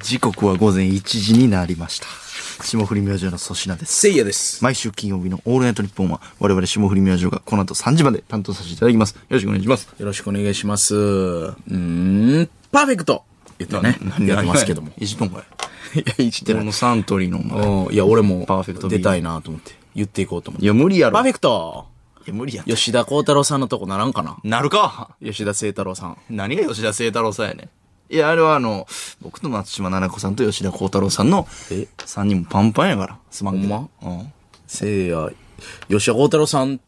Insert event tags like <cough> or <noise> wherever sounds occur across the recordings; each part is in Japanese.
時刻は午前1時になりました霜降り明星の粗品ですせいやです。毎週金曜日の「オールナイトニッポン」は我々霜降り明星がこの後3時まで担当させていただきますよろしくお願いしますよろしくお願いします。うーん、パーフェクト言ってね、やってますけども。いじっとんかいいや、いじってこのサントリーのお前うん、いや、俺も、パーフェクトビー出ルたいなと思って、言っていこうと思いって。や無理やろパーフェクトいや無理や吉田鋼太郎さんのとこならんかななるか吉田聖太郎さん。何が吉田聖太郎さんやねんいやあれはあの僕と松島菜々子さんと吉田鋼太郎さんのえ3人もパンパンやからすまんけどほうんせいや、吉田鋼太郎さん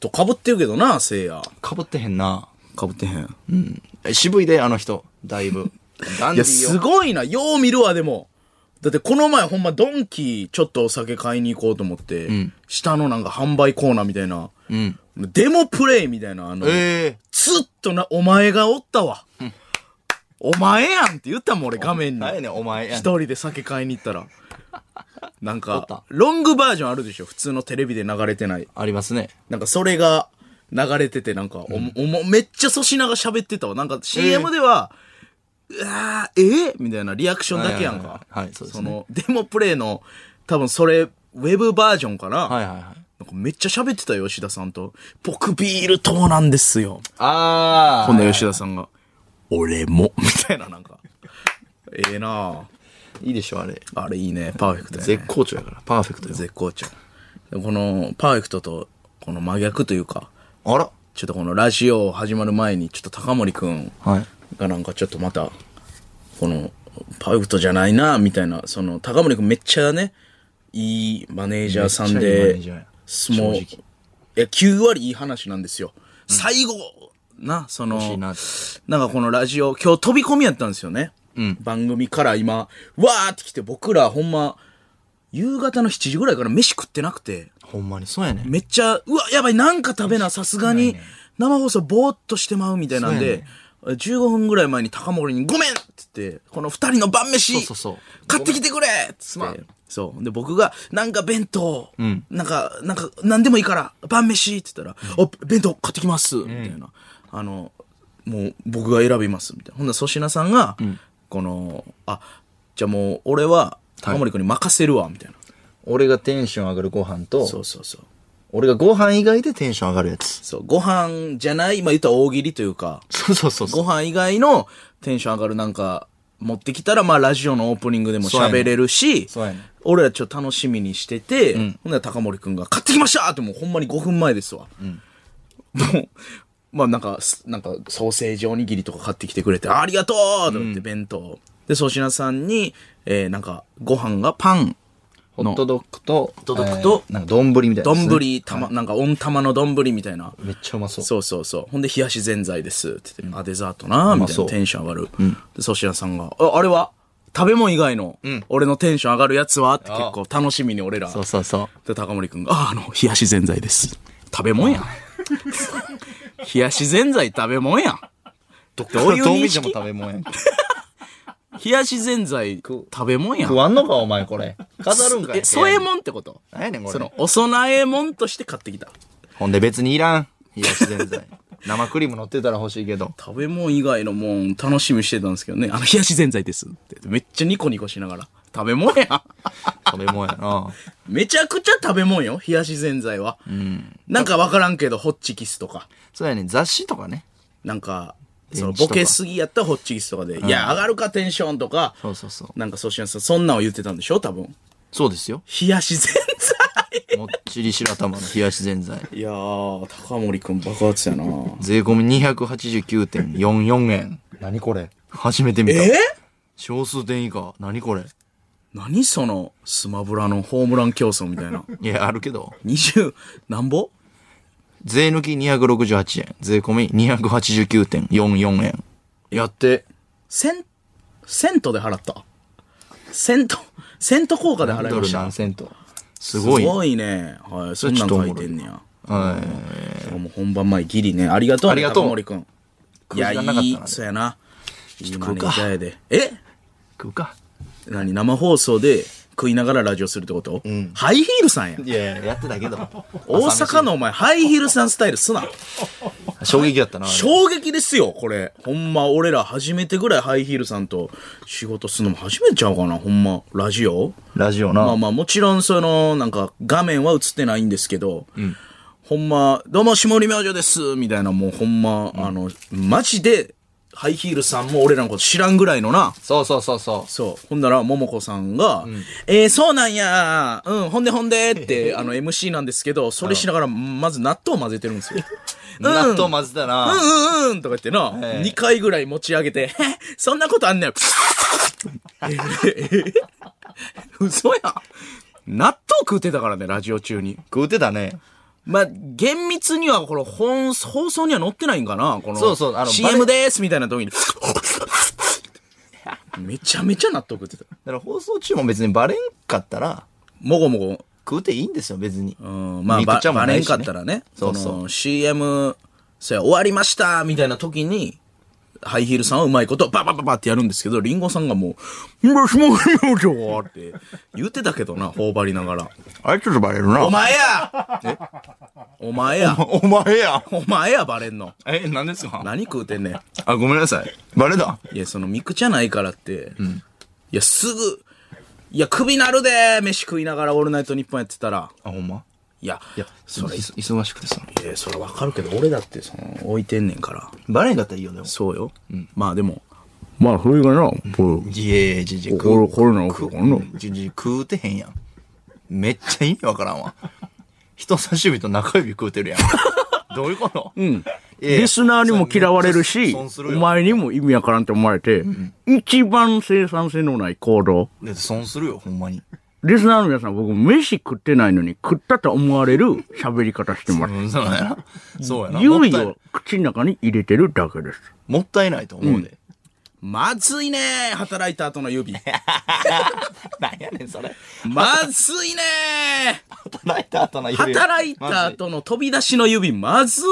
と被ってるけどな、せいや。かぶってへんな被ってへん。うん渋いであの人だい <laughs> ぶダンディいや、ーよすごいな。よう見るわ、でも。だってこの前ほんまドンキちょっとお酒買いに行こうと思って、下のなんか販売コーナーみたいな、うんデモプレイみたいな、あの、ええずっとな、お前がおったわ。お前やんって言ったもん、俺画面に。何やねんお前や一ん人で酒買いに行ったら。なんおったか、ロングバージョンあるでしょ普通のテレビで流れてない。ありますねなんかそれが流れてて、なんかお、おも、めっちゃ粗品が喋ってたわ。なんか CM では、うわー、えーみたいなリアクションだけやんはか。いはいはいはいそうですねの、デモプレイの、多分それ、ウェブバージョンかな、はいはいはいなんかめっちゃ喋ってたよ、吉田さんと。僕ビール党なんですよ。ああこんな吉田さんが、俺も、 <laughs> みたいななんか。ええなぁ。いいでしょあれあれいいね。パーフェクトやね。絶好調やからパーフェクトよ絶好調。でこの、パーフェクトと、この真逆というか、あらちょっとこのラジオ始まる前に、ちょっと高森くんはいがなんかちょっとまた、この、パーフェクトじゃないな、みたいな、その、高森くんめっちゃね、いいマネージャーさんめっちゃいいマでネージャーや、もう、正直いや、9割いい話なんですよ。最後、な、その、しいななんかこのラジオ、今日飛び込みやったんですよね。番組から今、わーって来て、僕らほんま、夕方の7時ぐらいから飯食ってなくて、ほんまにそうやねめっちゃ、うわ、やばい、なんか食べな、さすがに、生放送ぼーっとしてまうみたいなんそうやで、15分ぐらい前に高森に、ごめんって言って、この二人の晩飯、そうそうそう買ってきてくれっつごめんっすて。そう。で、僕が、なんか弁当、んなんか、なんか、なんでもいいから、晩飯って言ったら、あ、弁当買ってきます、みたいな。あの、もう、僕が選びます、みたいな。ほんなら粗品さんが、この、あ、じゃあもう、俺は、高森君に任せるわ、みたいな。俺がテンション上がるご飯とそうそうそう。俺がご飯以外でテンション上がるやつそう、ご飯じゃない、まあ言ったら大喜利というか、そうそうそうご飯以外のテンション上がるなんか、持ってきたら、まあラジオのオープニングでも喋れるし、そうやねんそうやねん俺らちょっと楽しみにしてて、ほんなら高森くんが、買ってきましたってもうほんまに5分前ですわ。もう、まあなんか、すなんかソーセージおにぎりとか買ってきてくれて、ありがとうと思って弁当。で、粗品さんに、えー、なんか、ご飯がパン、 <laughs> ホットドッグとホットドッグとなんか丼みたいなやつね丼、たま、なんか温玉の丼みたいな。めっちゃうまそうそうそうそう。ほんで、冷やしぜんざいです。って言って、あ、デザートなみたいそなうテンション上がる。で、粗品さんが、あ、あれは食べ物以外の、俺のテンション上がるやつはって結構楽しみに俺ら。そうそうそうで、高森くんが、あ、あの、冷やしぜんざいです。食べ物やん。 <laughs> 冷やしぜんざい食べ物やん。どどういう認識見ても食べ物やん冷やしぜんざい食べ物やん食。わんのかお前これ飾るんかいえ、添えもんってこと何やねんこれその、お供えもんとして買ってきた。ほんで別にいらん冷やしぜんざい生クリーム乗ってたら欲しいけど食べ物以外のもん楽しみにしてたんですけどね。あの、冷やしぜんざいですって。めっちゃニコニコしながら。食べ物やん。食べ物やなめちゃくちゃ食べ物よ。冷やしぜんざいは。なんかわからんけど、ホッチキスとか。そうやね雑誌とかねなんか、そ電の池とボかケすぎやったらホッチキスとかで。いや、上がるかテンションとか。そうそうそうなんか粗品さん、そんなんを言ってたんでしょ多分。そうですよ冷やしぜんざい。もっちり白玉の冷やしぜんざい <laughs> いやー、高森くん爆発やな税込み289.44円何これ初めて見たえ少数点以下何これ何その、スマブラのホームラン競争みたいな。いやあるけど20、なんぼ税抜き268円税込み289.44円やってセン、セントで払った。セント、セント効果で払いドまルした。何セントすすごいすごいね。はい、そんなん書いてんねや。はいもう本番前ギリね。ありがとう、ね、ありがとう高森くん。い時や、間なかったないい、そうやな。いいマネージャーやで。え食うか何生放送で食いながらラジオするってこと、ハイヒールさんや。 <laughs> いややってたけど大阪のお前、ハイヒールさんスタイルすな。衝撃だったな。あれ衝撃ですよ、これ。ほんま、俺ら初めてぐらいハイヒールさんと仕事するのも初めてちゃうかな、ほんま。ラジオラジオな。まあまあ、もちろん、その、なんか、画面は映ってないんですけど、ほんま、どうも、下り明星です、みたいな、もうほんま、あの、マジで、ハイヒールさんも俺らのこと知らんぐらいのな、そうそうそうそそう。ほんだら、ももこさんが、えー、そうなんやうん、ほんでほんでって、あの、MC なんですけど、それしながら、まず納豆を混ぜてるんです <laughs> よ。う。納豆混ぜたな。うんうんうんとか言ってな、ええ2回ぐらい持ち上げて、 <laughs> そんなことあ <laughs> んねん。嘘やん。納豆食うてたからね、ラジオ中に。食うてたね。まあ、厳密には、この本、放送には載ってないんかなこの、そうそうあの CM ですみたいな時に、 <laughs> めちゃめちゃ納豆食ってた。だから放送中も別にバレんかったら、もごもご。食うていいんですよ、別に。うん、まあ、肉ばちゃんもバなレいんしかねったらね。そそうそうの CM、そや終わりましたみたいな時に、ハイヒールさんはうまいことババババってやるんですけど、リンゴさんがもう、もしもしもしもって言ってたけどな、頬張りながら。あれちょっとバレるな。お前やお前やお前や。お前やバレんの。え、何ですか何食うてんねん。あ、ごめんなさい。バレだ。いや、そのミクじゃないからって、いや、すぐ、いや、クビなるで飯食いながらオールナイトニッポンやってたら、あ、ほんまいや、いや、それ、い忙しくてさ。や、それわかるけど、俺だってその、置いてんねんから。バレんかったらいいよ、でも。そうよ。まあでも。まあ、それがな、これ、いやいや、じじ、こ食れ、う、これなわけかな。じじ、食うてへんやん。めっちゃ意味わからんわ。人差し指と中指食うてるやん。どういうことうん。リスナーにも嫌われるし、損すおるよ。前にも意味わからんって思われて、一番生産性のない行動。だって損するよ、ほんまに。リスナーの皆さん、僕、飯食ってないのに食ったと思われる喋り方してます。うん、そうやな。そうやな。も優っ位たいを口の中に入れてるだけです。もったいないと思うで。まずいね働いた後の指。なんやねん、それ。まず <laughs> いね働いた後の指。働いたまず後の飛び出しの指、まず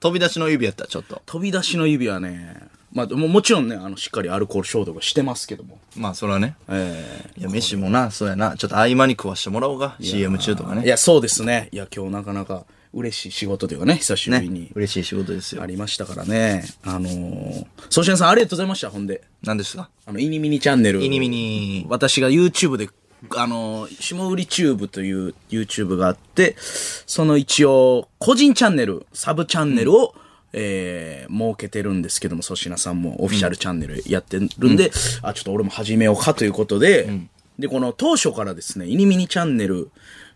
飛び出しの指やった、ちょっと。飛び出しの指はね、まあ、ももちろんね、あの、しっかりアルコール消毒はしてますけども。まあ、それはね。ええいや、飯もな、そうやな。ちょっと合間に食わしてもらおうか。CM 中とかいね。や、そうですね。いや、今日なかなか嬉しい仕事というかね、久しぶりに。嬉しい仕事ですよあ。りましたからね。あのー、ソシエンさんありがとうございました、ほんで。何ですかあの、イニミニチャンネル。イニミニ。私が YouTube で、あのー、下売りチューブという YouTube があって、その一応、個人チャンネル、サブチャンネルを、えー、設けてるんですけども、粗品さんもオフィシャルチャンネルやってるんで、あ、ちょっと俺も始めようかということで、で、この当初からですね、イニミニチャンネル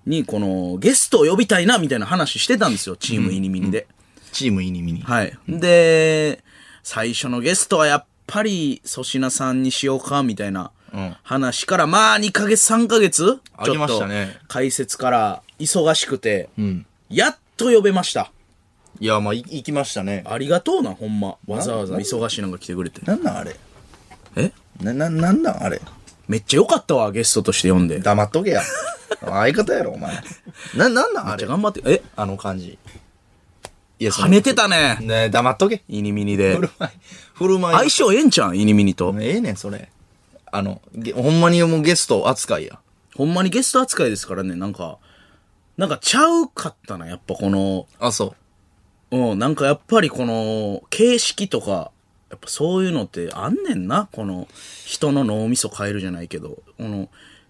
に、この、ゲストを呼びたいな、みたいな話してたんですよ、チームイニミニで。チームイニミニ。はい。で、最初のゲストはやっぱり粗品さんにしようか、みたいなうん話から、まあ2ヶ月、3ヶ月ありましたねちょっと解説から忙しくて、やっと呼べました。いや、まあ、い行きましたね。ありがとうな、ほんま。わざわざ忙しいのが来てくれて。なんなんあれえな、な、なんなんあれめっちゃ良かったわ、ゲストとして呼んで。めっ黙っとけや。相方やろ、お前。な、なんなんあちゃれ頑張って、えあの感じ。いや、そ跳のねてたね。ねえ黙っとけ。イニミニで振。る舞い。振る舞相い。性ええんちゃんイニミニと。ええねん、それ。あの、げほんまにもうゲスト扱いや。ほんまにゲスト扱いですからね、なんか、なんかちゃうかったな、やっぱこの、あ、そう。うん、なんかやっぱりこの、形式とか、やっぱそういうのってあんねんな。この、人の脳みそ変えるじゃないけど、この、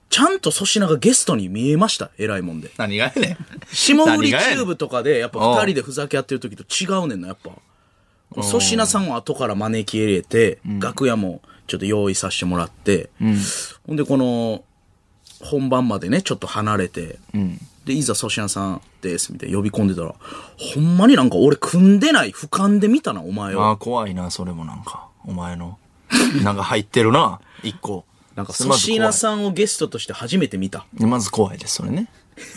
ちゃんと粗品がゲストに見えました。偉いもんで。何がやねん。下売何りチがやねんューブとかで、やっぱ二人でふざけ合ってる時と違うねんな、やっぱ。この粗品さんを後から招き入れて、楽屋もちょっと用意させてもらって、ほんでこの、本番までね、ちょっと離れて、で、いざ粗品さんです、みたいな呼び込んでたら、ほんまになんか俺組んでない、俯瞰で見たな、お <laughs> 前あを。あ、怖いな、それもなんか。お前 <laughs> の。なんか入ってるな、一個。なんか粗まず怖品いさんをゲストとして初めて見た。まず怖いです、それね。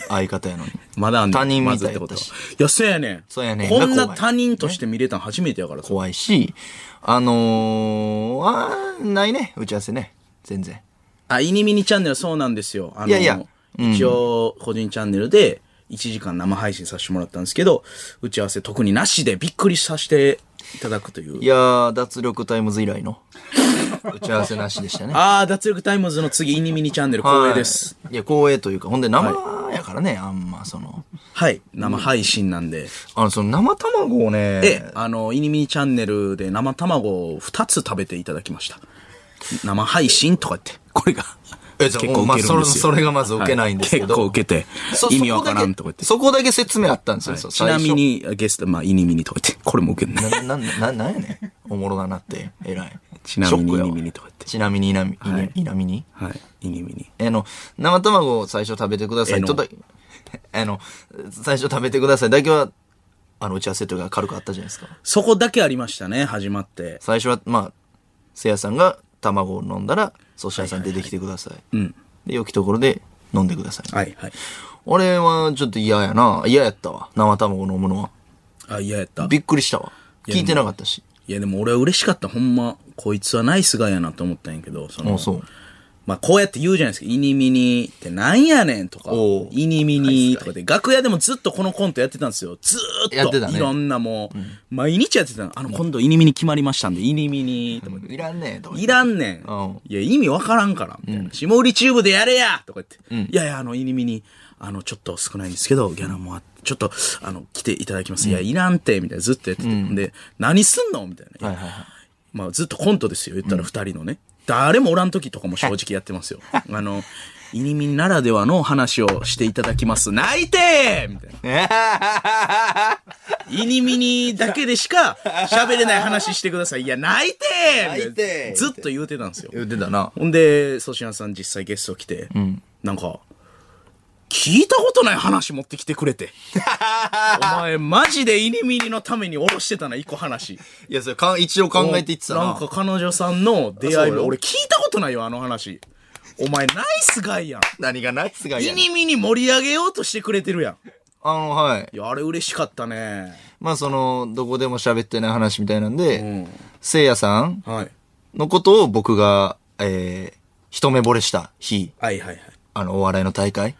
相方やのに。まだあんねん他人みたいまずってことは。いや、そうやねん。そうやねんこんがな怖い他人として見れたの初めてやから、怖いし、あのー、あーないね、打ち合わせね。全然。あ、イニミニチャンネルそうなんですよ。あのいやいや一応、個人チャンネルで、1時間生配信させてもらったんですけど、打ち合わせ特になしでびっくりさせていただくとい <laughs> う。いやー、脱力タイムズ以来の。打ち合わせなしでしたね。ああ、脱力タイムズの次、イニミニチャンネル光栄です。はい。いや、光栄というか、ほんで生やからね、あんま、その、はい。生配信なんで。あの、その生卵をね、え、あの、イニミニチャンネルで生卵を2つ食べていただきました。生配信とかって、これが。えじゃあまあそれそれがまず受けないんですけどはい結構受けてそ、意味わからんとか言って。そこだけそこだけ説明あったんですよ、そうちなみ。に、ゲスト、まあ、イニミニとか言って、これも受けない最。初な、な、な、なんやねん。おもろだなって、偉い。ちなみにショックやわイナミニとか言ってちなみに、いなみ、いなイナミにはい。イニミニ。あの、生卵を最初食べてくださえいのとだ、 <laughs> あの、最初食べてくださいだけは、あの、打ち合わせというか軽くあったじゃないですか。そこだけありましたね、始まって。最初は、まあ、せいやさんが卵を飲んだら、粗品さん出てきてください。うん。で、良きところで飲んでください。はい、はい。俺はちょっと嫌やな。嫌やったわ。生卵飲むのは。あ、嫌やった。びっくりしたわ。や聞いてなかったし。いや、でも俺は嬉しかった。ほんま、こいつはナイスガイやなと思ったんやけど、その、あそうまあ、こうやって言うじゃないですか。イニミニってなんやねんとかおう、イニミニとかで、楽屋でもずっとこのコントやってたんですよ。ずーっと。やってたねいろんなもう、毎日やってたの。あの、今度イニミニ決まりましたんで、イニミニとか。いらんねえといらんねん。うんいや、意味わからんから、みたいな。下売りチューブでやれやとか言って。いやいや、あの、イニミニ、あの、ちょっと少ないんですけど、ギャラもあって、ちょっと、あの、来ていただきます。いや、いらんて、みたいな。ずっとやってて。で、何すんのみたいな。はいはいはいまあ、ずっとコントですよ。言ったら二人のね。誰もおらん時とかも正直やってますよ。 <laughs> あの、イニミニならではの話をしていただきます。泣いてみたいな。イニミニだけでしか喋れない話してください。いや、泣いて泣いてずっと言うてたんですよ。言ってたな。ほんで、粗品さん実際ゲスト来て、なんか、聞いたことない話持ってきてく <laughs> れて。お前、マジでイニミニのためにおろしてたな、一個話。いや、それか一応考えていってたな。んか彼女さんの出会いそうよも、俺聞いたことないよ、あの話。お前、ナイスガイやん。何がナイスがいイいニミニ盛り上げようとしてくれてるやん。あの、はい。いや、あれ嬉しかったね。まあ、その、どこでも喋ってない話みたいなんうで、ん。せいやさんはい。のことを僕が、えー、一目惚れした日、はいはいはい。あの、お笑いの大会、はい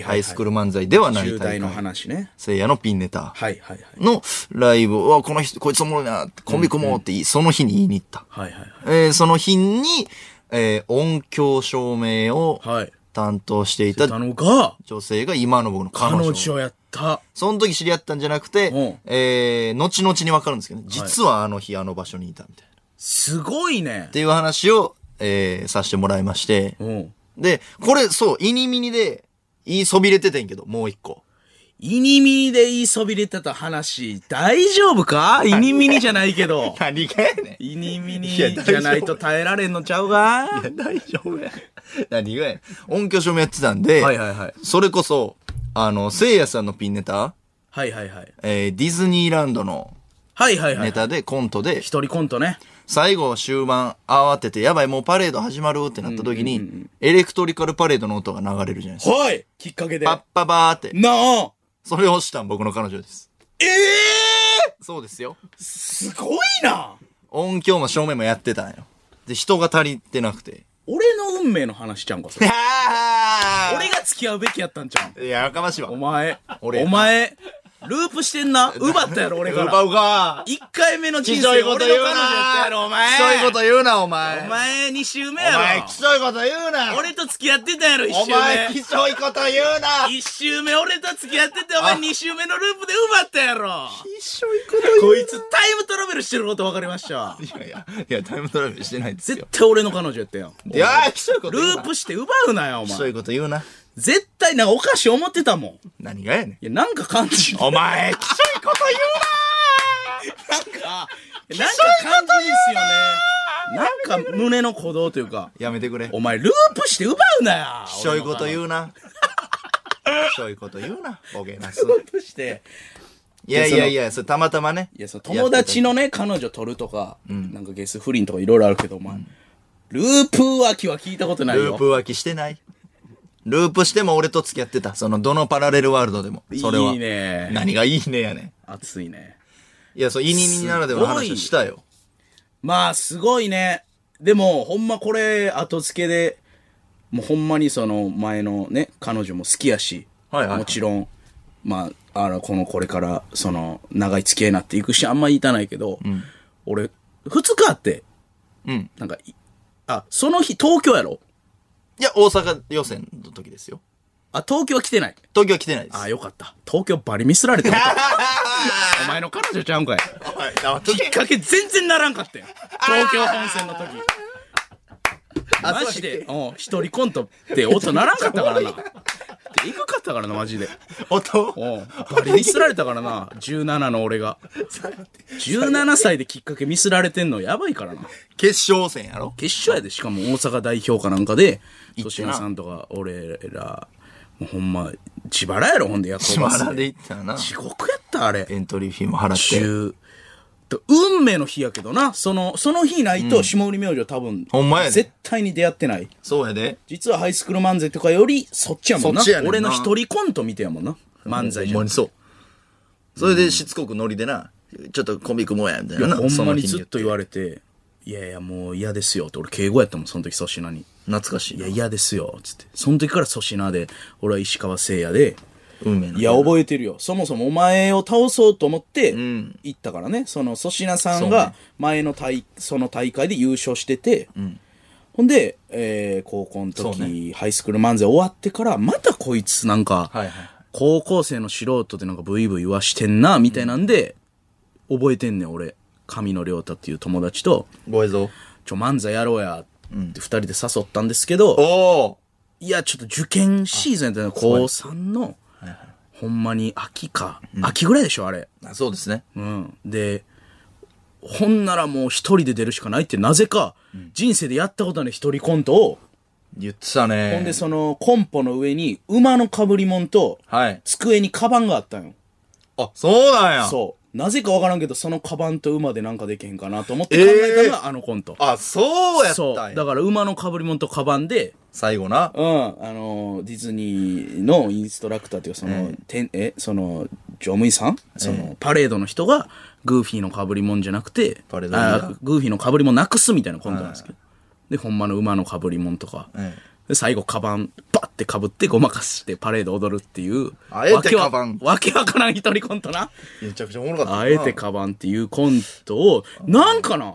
はハい、イスクール漫才ではない10代大の会、話ね。せいやのピンネタはいはいはい。のライブを、うわこの人、こいつおもろいな、コンビ組もうって、その日に言いに行った。はいはいえーその日に、えー音響照明をはい。はい。担当していだたのが、女性が今の僕の彼彼女。女やった。その時知り合ったんじゃなくて、うんえー後々にわかるんですけど、ね、実はあの日あの場所にいたみたいな。すごいねっ。ていう話を、えーさせてもらいまして。うん。で、これ、そう、イニミニで、言いそびれててんけど、もう一個。。イニミニで言いそびれてた話、大丈夫かイニミニじゃないけ <laughs> ど何がやねん。いイニミニいや大丈夫じゃないと耐えられんのちゃうや、か大丈夫や。何がやねん。音響照明やってたんで、はいはいはいそれこそ、あの、せいやさんのピンネタ、はいはいはい。えーディズニーランドのはいはいはネい。タで、コントで、一人コントね。最後終盤慌てて、やばいもうパレード始まるってなった時に、エレクトリカルパレードの音が流れるじゃないですか。はいきっかけで。パッなパバーって。あそれをしたん僕の彼女です。ええそうですよ。すごいな音響も照明もやってたんよ。で、人が足りてなくて。俺の運命の話ちゃうんか、そ <laughs> れ。俺俺が付き合うべきやったんちゃうんがいや、やかましいわ。お前、俺やお前、ループしてんな。奪ったやろ、俺から。奪うか。一回目の人き生、そ俺いのこと彼言う女な。やったやろ、お前。きそいこと言うな、お前。お前、二週目お前やきろ。そいこと言うな。俺と付き合ってたやろ、一お週前、目き。そいこと言うな。一周目俺と付き合ってて、お前二周目のループで奪ったやろ。きそいこと言うこいつタイムトラベルしてること分かりましたわ。いやいや、いや、タイムトラベルしてないです絶よ。対俺の彼女やったよ。いやー、きそいことル言うな。ープして奪うなよ、おそうい前。うこと言うな。絶対なんかおかしい思ってたもん。い何がやねん。や、なんか感じる。お前、きしょいこと言なんか、いやなんか感じですよね。なんか胸の鼓動というか、うなやめてくれ。お前ループして奪うなよ。きしょいことう。言う <laughs> な。きしょいこと言うな。ボケなす。ループして。いやいやいや、それたまたまね。いや、その友達の。のね、彼女取るとか、なんかゲス不倫とかいろいろあるけど、お前。ループ浮気は聞いたことないよ。ループ浮気してない。ループしても俺と付き合ってた。その、どのパラレルワールドでも。それは。いいね何がいいねやね熱いね。ん。いや、そう、イニミニならではの話をしたよ。まあ、すごいね。でも、ほんまこれ、後付けで、もうほんまにその前のね、彼女も好きやし、はいはいはいもちろん、まあ、あの、このこれから、その、長い付き合いになっていくし、あんまりいたないけど、俺、二日あって、うん。なんかい、あ、その日、東京やろいや、大阪予選の時ですよ。あ、東京は来てない。東京は来てないです。あ、よかった。東京バリミスられてる。 <laughs> お前の彼女ちゃうんかい。はい、黙っとき <laughs> っけかけ全然ならんかったよ。東京本線の時。マジで、うん、一人コントって音ならんかったからな。で、いくかったからな、マジで。音うん。バリミスられたからな、17の俺が。17歳できっかけミスられてんのやばいからな。決勝戦やろ決勝やで、しかも大阪代表かなんかで、行とっしてなのさんとか俺ら、もうほんま、自腹やろ、ほんで、夜行バス島田で行ったらな。地獄やった、あれ。エントリーフィーも払って。中と運命の日やけどなそのその日ないと下売り明星多分、ほんまやで絶対に出会ってないそうやで。実はハイスクール漫才とかよりそっちやもんなそっちやねんな俺の一人コント見てやもんな漫才ほじゃんまんにそう。それでしつこくノリでな、ちょっとコンビ組もうや、みたいなな。ほんそまのに日ずっと言われて「いやいやもう嫌ですよ」って俺敬語やったもんその時粗品に「懐かしいいなや。嫌ですよ」っつってその時から粗品で俺は石川聖也で運命の。いや、覚えてるよ。そもそもお前を倒そうと思って、行んったからね。その、粗品さそんうねが、前の大、その大会で優勝してて、ほんで、えー高校の時、そうハイスクール漫才終わってから、またこいつなんか、はいはい高校生の素人でなんかブイブイ言わしてんな、みたいなんで、覚えてんねん、俺。神野亮太っていう友達と、ご映像。ちょ、漫才やろうや、って二人で誘ったんですけど、おおいや、ちょっと受験シーズンやったの、高3の、ほんまに秋か、秋ぐらいでしょ、あれ。ーあそうですね。うん。で、ほんならもう一人で出るしかないって、なぜか、人生でやったことない一人コントを、言ってたね。ほんでそのコンポの上に馬の被り物と、はい。机にカバンがあったんよ。あ、そうなんや。そう。なぜかわからんけど、そのカバンと馬でなんかできへんかなと思って考えたのがあのコント。あ、そうやったそんう。やだ。から馬の被り物とカバンで、最後な。うん、あのディズニーのインストラクターというかその、てんえその乗務員さん、そのパレードの人がグーフィーのかぶりもんじゃなくてパレードリーダーあグーフィーのかぶりもんなくすみたいなコントなんですけど、でほんまの馬のかぶりもんとか、えで最後カバンバッてかぶってごまかしてパレード踊るっていうあえてわけわカバンわけわからん一人コントなめちゃくちゃおもろかったな。あえてカバンっていうコントをなんかな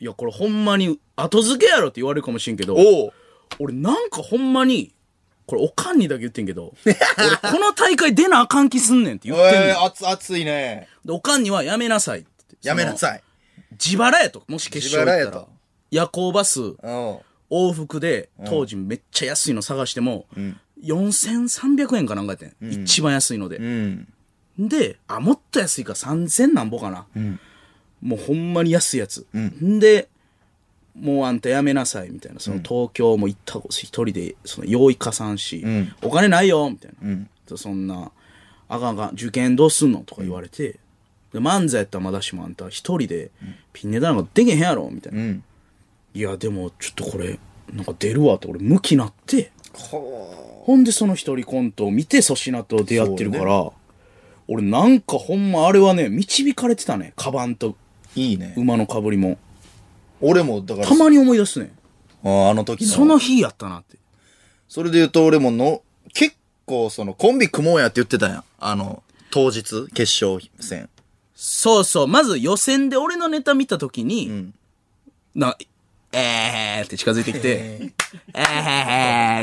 いやこれほんまに後付けやろって言われるかもしれんけどおう俺なんかほんまに、これおかんにだけ言ってんけど、俺この大会出なあかん気すんねんって言ってんねんえー、熱、熱いね。で。おかんにはやめなさいって言って。やめなさい。自腹やと。もし決勝行っ自た腹やらと。夜行バス、うん。往復で、当時めっちゃ安いの探しても、4300円かなんかやってん。一番安いので。うん。で、あ、もっと安いか3000なんぼかな。もうほんまに安いやつ。ん、で、もうあんたやめなさい、みたいな。その東京も行ったこ一人で、その用意加算し、んお金ないよ、みたいな。そんな、あかんあかん、受験どうすんのとか言われて、で漫才やったらまだしもあんた一人で、ピンネタなんかできへんやろ、みたいな。んいや、でもちょっとこれ、なんか出るわって俺無気になって、ほんでその一人コントを見て粗品と出会ってるから、俺なんかほんまあれはね、導かれてたね。カバンといいね。馬の被りも。俺も、だから、たまに思い出すね。ああの時の。その日やったなって。それで言うと俺もの、結構そのコンビ組もうやって言ってたんや。あの、当日、決勝戦。そうそう。まず予選で俺のネタ見た時に、な、えーって近づいてき <laughs> て、え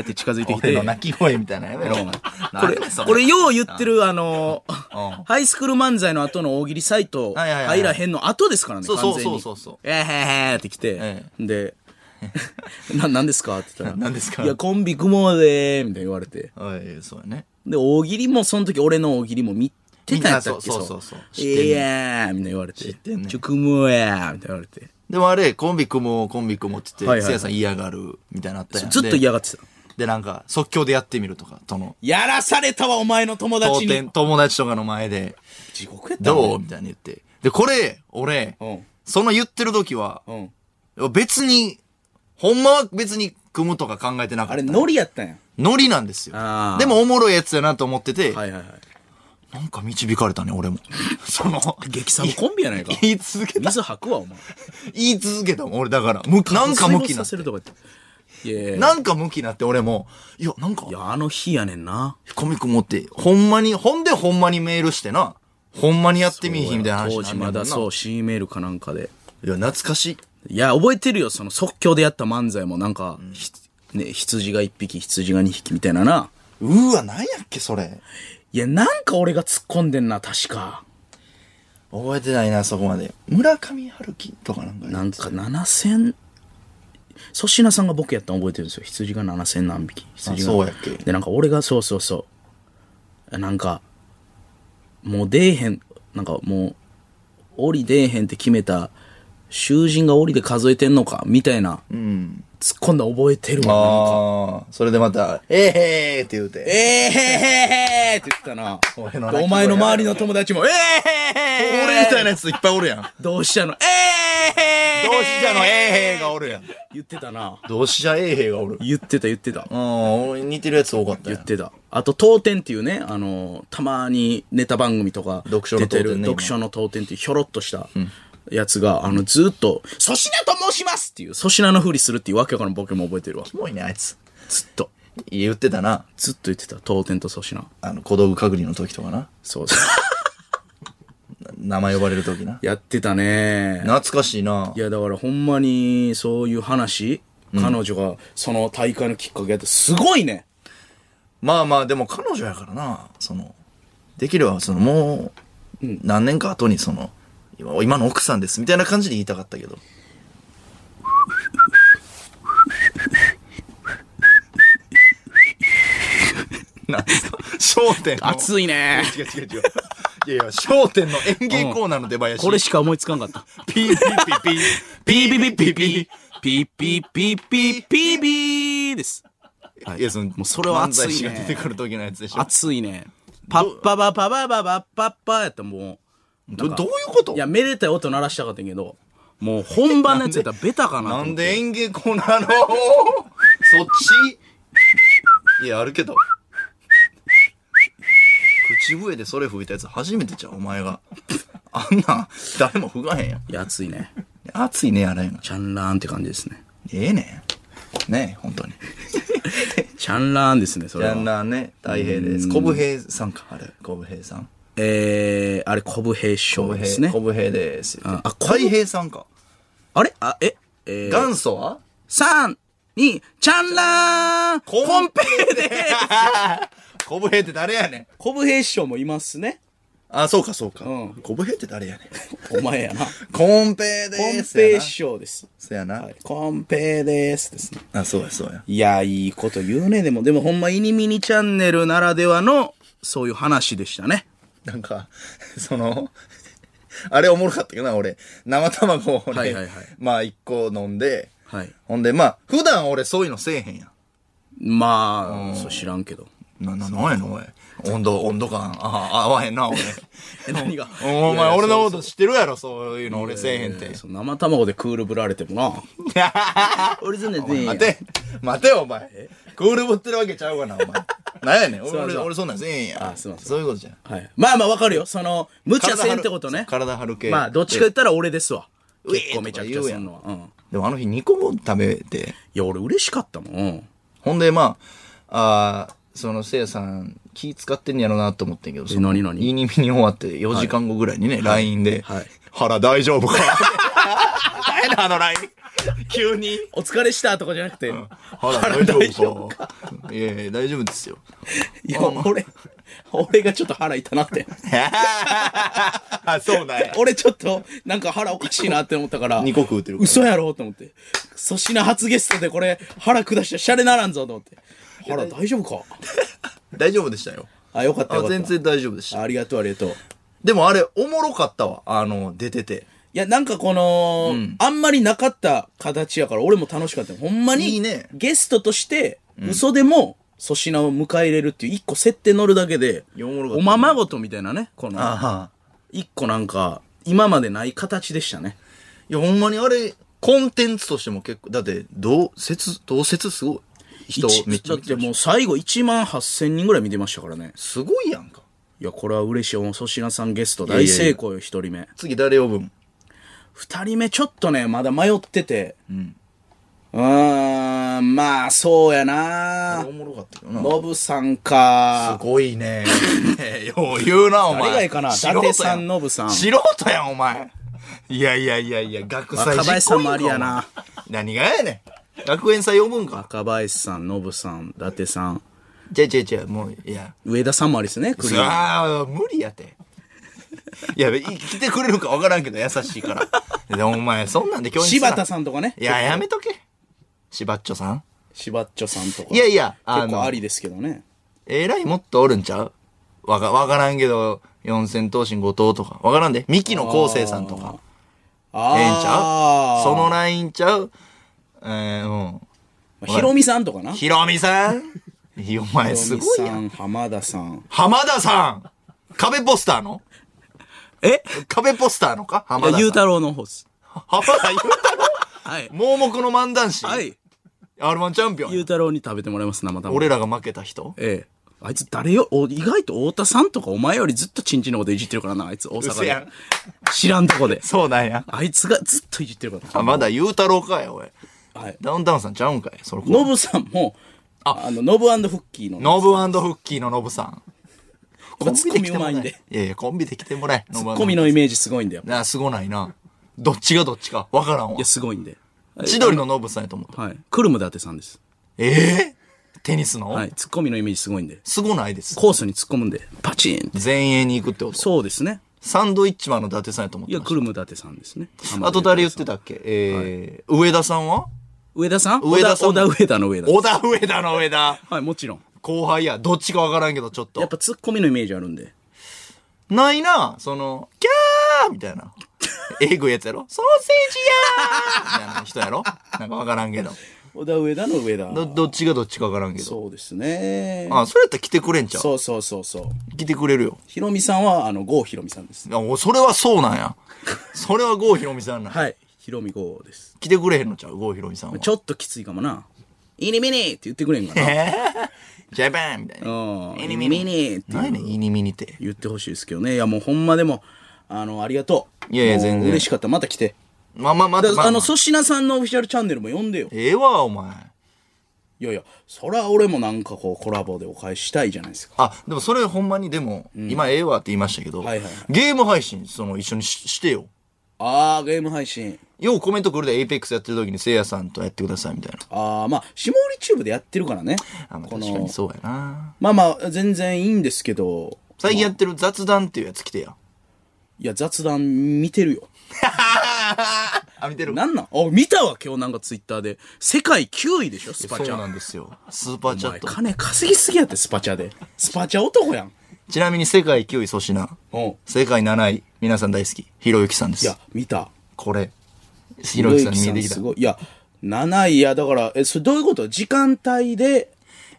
ーって近づいてき俺ての、泣き声みたいなやめろ、お前。 <laughs> これ、これよう言ってる、あのう、んハイスクール漫才の後の大喜利サイトはいはいはい入らへんの後ですからね、そう完そう全に。そうそうそうえーへーへーって来てえ、で、 <laughs> な、何ですかって言ったら。何ですかいや、コンビ組もうでー、みたいに言われて。おい、そうやね。で、大喜利も、その時俺の大喜利も見てたんやったっけ見たそうそうそうそう知ってんねんいやー、みたいな言われて。知ってんねんちょ、組もうやー、みたいな言われて。でもあれ、コンビ組もう、コンビ組もうって言はいっはいて、はいせいやさん嫌がる、みたいなのあったやん。ずっと嫌ががってた。で、なんか、即興でやってみるとか、その、やらされたわ、お前の友当達に。店、友達とかの前で、地獄やったねどうみたいに言って。で、これ、俺うん、その言ってる時は、うん。別に、ほんまは別に組むとか考えてなかあっれ、た。ノリやったんや。ノリなんですよあー。でもおもろいやつやなと思ってて、はいはいはい。なんか導かれたね、俺も。 <laughs> その、激サブコンビやないか。言い続けた。水吐くわ、お前。言い続けたもん、俺だから。むなんか向き水没さな。せるとか言って。いやいやいやなんか向きなって俺も、いや、なんかい、や、あの日やねんな。コミック持って、ほんまに、ほんでほんまにメールしてな、ほんまにやってみいひんみたいな話当にな時んねんもまんなだそう、C メールかなんかで。いや、懐かしい。いや、覚えてるよ。その即興でやった漫才もなんか、ひね、羊が一匹、羊が二匹みたいなな。うーわ、なんやっけ、それ。いや、なんか俺が突っ込んでんな、確か。覚えてないな、そこまで。村上春樹とかなんかなんか7000、粗品さんが僕やったの覚えてるんですよ。羊が7000何匹。羊がそうやっけで、なんか俺が、そうそうそう。なんか、もう出えへん、なんかもう、檻出えへんって決めた、囚人が檻で数えてんのか、みたいな、うん。突っ込んだ覚えてるわ。ああ、それでまた、えーへーって言うて。ええへへへへって言ってたな。俺の泣き声お前の周りの友達も、ええへへへ俺みたいなやついっぱいおるやん。どうしたのええへへ同志社のえーへーがおるやん。言ってたな。同志社えーへーがおる。言ってた言ってた。うん、俺似てるやつ多かった言よっ。てた。あと、当店っていうね、あの、たまにネタ番組とか読書の出て当る、店ね読書の当店っていうひょろっとしたやつが、あの、ずっと、粗品と申しますっていう、粗品のふりするっていうわけわからんボケも覚えてるわ。すごいね、あいつ。ずっと、言ってたな。ずっと言ってた。当店と粗品。あの、小道具かぐりの時とかな。そう。 <laughs> 名前呼ばれる時な。やってたね。懐かしいないや、だからほんまに、そういう話、彼女がその大会のきっかけやって、すごいねまあまあ、でも彼女やからな。その、できれば、その、もう、何年か後に、その、今今の奥さんです、みたいな感じで言いたかったけど。 <laughs> なんですか笑点の。熱いね違う違う違う。いやいや、笑点の演芸コーナーの出囃子。これしか思いつかんかった。ピーピーピーピー。ピーピーピーピーピーピーピーピーピーピーピーです。いや、その、もうそれは熱いねが出てくる時のやつでしょ。熱いね。パッパパパパパパパッパやったらもう。どなんかどういうこといや、めでたい音鳴らしたかったんやけど、もう本番のやつやったらベタかなとな思っんて。で演芸コーナーのそっちいや、あるけど。口笛でそれ吹いたやつ初めてじゃん、お前が。あんなん、誰も吹かへんやん。いや、熱いね。熱いね、あれが。チャンラーンって感じですね。ええねん。ねえ、本当に。チャンラーンですね、そジれャは。ンナーね、大平です。コブ平さんか、あれ。コブ平さん。えー、あれ、コブヘイショコブーで平、すねコ。ブ平です。ああコブ大平さんか。あれあ、ええー、元祖は3、2、チャンラーンコンペイで <laughs> コブ平って誰やねん。コブヘイショーもいますね。あ、そうか、そうか。うんコブ平って誰やねん。お前やな。ココンペンでーす。ペイ師匠です。そやな。コンペイですですね。あ、そうや、そうや。いや、いいこと言うね。でも、でもほんま、イニミニチャンネルならではの、そういう話でしたね。なんか、 <laughs> その、あれおもろかったけどな、俺。生卵をね、はいはいはいまあ一個飲んで、はい。ほんで、まあ、普段俺そういうのせえへんやまあ、そう知らんけど。ん。な、な、なんやの、おい。温度、温度感、ああ、合わへんな、 <laughs> 俺。え、何がお前、俺のこと知ってるやろ、そういうの俺せえへんって。そう生卵でクールぶられて <laughs> もな。俺全然全待て、待てよ、お前。クールぶってるわけちゃうかな、お前。なん <laughs> やねん。俺、俺俺そんなんせえへんやん。あすいませんそういうことじゃん。はい。まあまあ、わかるよ。その、無茶せんってことね。体張る系。まあ、どっちか言ったら俺ですわ。うえ結構めちゃくちゃすんのは。うん。いでもあの日2個も食べて、や、俺嬉しかったもんうん。ほんでまあ、あーそのせいやさん気使ってんやろなと思ってんけど、その何何イニミニ終わって4時間後ぐらいにね、LINE で、はい腹大丈夫 <laughs> か何やねんあの LINE。急に。お疲れしたとかじゃなくて、腹大丈夫かいやいや、大丈夫ですよ。 <laughs> いや、俺、俺がちょっと腹痛なって。あ、そうなんや。 <laughs> 俺ちょっと、なんか腹おかしいなって思ったから。二個食うてるから嘘やろと思って。粗品初ゲストでこれ、腹下したらシャレならんぞと思って。腹大丈夫か大丈夫でしたよ。あ、よかったよあかった。全然大丈夫でした。ありがとうありがとう。いでもあれ、おもろかったわ。あの、出てて。や、なんかこの、あんまりなかった形やから、俺も楽しかったよほんまに、いいねゲストとして、嘘でも、粗品を迎え入れるっていう、一個設定乗るだけで、いやおもろかったおままごとみたいなね、この、ああ。一個なんか、今までない形でしたね。いや、ほんまにあれ、コンテンツとしても結構、だって、同説、同説すごい。人一めっちゃだってもう最後1万8000人ぐらい見てましたからね。すごいやんか。いや、これは嬉しい。もう粗品さんゲストいや大いやいや成功よ、一人目。次誰呼ぶん二人目ちょっとね、まだ迷ってて。うん。ーん、まあ、そうやなおもろかったけどな。ノブさんか。すごいね。 <laughs> よう言うな、お前。誰がいいかな伊達さん素人やノブさん素人やん、お前。いやいやいやいや、学祭若林さんもありやな。何がやねん。学園祭呼ぶんか。赤林さん、ノブさん、伊達さん、じゃあじゃあじゃあもう、いや。上田さんもありですね、クリーン。ああ、無理やて。いや、い来てくれるか分からんけど、優しい <laughs> から。で、お前、そんなんで共演すな柴田さんとかねいや、やめとけ。柴っちょさん。柴っちょさんとか。いやいやあの結構ありですけどね。えらいもっとおるんちゃうわか、わからんけど、四千頭身後藤とか。わからんで。三木の昴生さんとか。あえーえんちゃうそのラインちゃうえー、うん。まあヒロミさんとかな。ひろみさんいやお前すごいヒロミやさん。ん、浜田さん。浜田さん壁ポスターのえ壁ポスターのか浜田さん。ゆうたろうの方です。浜田ゆうたろはい。盲目の漫談師。はい。 R1 チャンピオゆン。うたろうに食べてもらいます、生卵。俺らが負けた人ええ。あいつ誰よ、お意外と太田さんとかお前よりずっとチンチンのこといじってるからな、あいつ大嘘阪やでん。知らんとこで。そうなんや。あいつがずっといじってるから。浜田ゆうたろうかや、おい。はい。ダウンタウンさんちゃうんかいそれこノブさんも、あの、ノブフッキーの、ノブフッキーのノブさん。コンビで来てもらえコンビで来てもらえ。いやいや、コンビで来てもらえ。ツコミ。のイメージすごいんだよ。なあ、すごないな。どっちがどっちか。わからんいわや、。すごいんで。千鳥のノブさんやと思った。はい。クルム伊達さんです。ええテニスのはい。ツッコミのイメージすごいんで。すごないです。コースに突っ込むんで、パチンって。前衛に行くってこと。そうですね。サンドイッチマンの伊達さんやと思っいてや、まクルム伊達さんですね。した。あと誰言ってたたっけえー、上田さんは上田さん上田さん小田小田上田の上田。小田上田の上田。はい、もちろん。後輩や。どっちかわからんけど、ちょっやっと。ぱツッコミのイメージあるんで。ないな、その、キャーみたい <laughs> な。えぐいやつやろソーセージやーみたいな人やろなんかわからんけど。小田上田の上田。ど、どっちがどっちかわからんけど。そうですね。あ、それやったら来てくれんちゃうそうそうそうそう。来てくれるよ。ひろみさんは、あの、郷ひろみさんです。いやおそれはそうなんや。それは郷ひろみさんなんや。はい。ひろみ郷です。来てくれへんのちゃう郷ひろみさんは。ちょっときついかもな。イニミニって言ってくれんかな。ジャパンみたいな。うん。イニニミニミニって何やねん、イニミニって。言ってほしいですけどね。いや、もうほんまでも、あの、ありがとう。いやいやもう全然嬉しかった。また来て。まあまあまあだまあまあ、あの、粗品さんのオフィシャルチャンネルも呼んでよ。ええわ、お前。いやいや、そら俺もなんかこう、コラボでお返ししたいじゃないですか。あ、でもそれほんまに、でも、今ええわって言いましたけど、はいはいはいゲーム配信、その、一緒にししてよ。あー、ゲーム配信。ようコメント来るで、エイペックスやってる時にせいやさんとやってください、みたいな。あー、まあ、下降りチューブでやってるからね。あ、まあこ確のかにそうやな。まあまあ、全然いいんですけど、最近やってる雑談っていうやつ来てや。いや、雑談見てるよ。あ、見てるなんなんあ、見たわ、今日なんかツイッターで。世界9位でしょ、スパそうチャ。なんですよ。スーパーチャおッ前ト。金稼ぎすぎやって、スパチャで。スパチャ男やん。ちなみに世界9位粗品。うん。世界7位、皆さん大好き、ひろゆきさんでいすや。、見た。これ。ひろゆきさんに見えてきたす。ごい。いや、7位、いや、だから、え、それどういうこと時間帯で、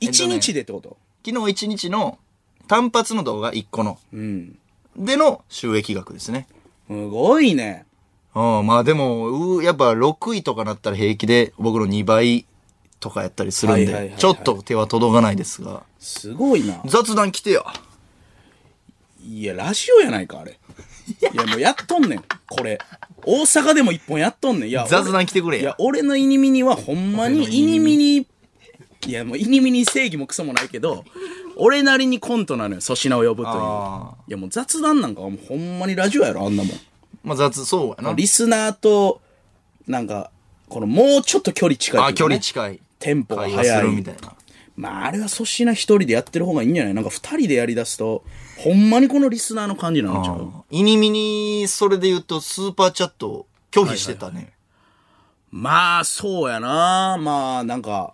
1日でってこと、昨日1日の単発の動画1個の。での収益額ですね。すごいね。うん、まあでも、うーやっぱ6位とかなったら平気で僕の2倍とかやったりするんはいはいはいでは、いちょっと手は届かないですが。すごいな。雑談来てよ。いや、ラジオやないか、あれ。いや、もうやっとんねん、これ。大阪でも一本やっとんねん。いや、雑談来てくれいやや。、俺のイニミニはほんまに、イニミニ、いや、もうイニミニ正義もクソもないけど、俺なりにコントなのよ、粗品を呼ぶという。いあや、もう雑談なんかはもうほんまにラジオやろ、あんなもん。まあ雑、そうやな。リスナーと、なんか、このもうちょっと距離近いというかね、あ、距離近い。テンポが会話す速るい。みたいな。まあ、あれは粗品一人でやってる方がいいんじゃないなんか二人でやり出すと、ほんまにこのリスナーの感じなのちゃうイニミニ、それで言うと、スーパーチャットを拒否してたね。まあ、そうやな。まあ、なんか、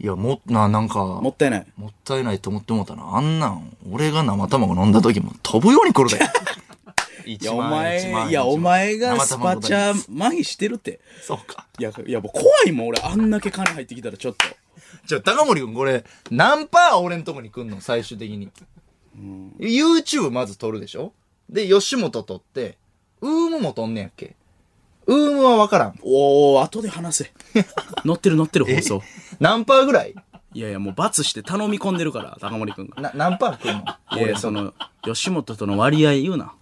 いや、も、な、なんか、ももったいない。ったいないと思ってもうたな。あんなん、俺が生卵飲んだ時も飛ぶように来るで。 <laughs> いいや、お前、いや、お前がスパ <laughs> チャそ麻痺してるって。うか。いや、いや、もう怖いもん、俺、あんだけ金入ってきたらちょっと。じゃあ、高森くん、これ、何パー俺んとこに来んの最終的に。YouTube まず撮るでしょで、吉本撮って、ウームも撮んねやっけウームはわからん。おー、後で話 <laughs> せ。乗ってる乗ってる放送。何パーぐらいいやいや、もう罰して頼み込んでるから、高森くんが。な、何パー来んのいや、その、吉本との割合言うな。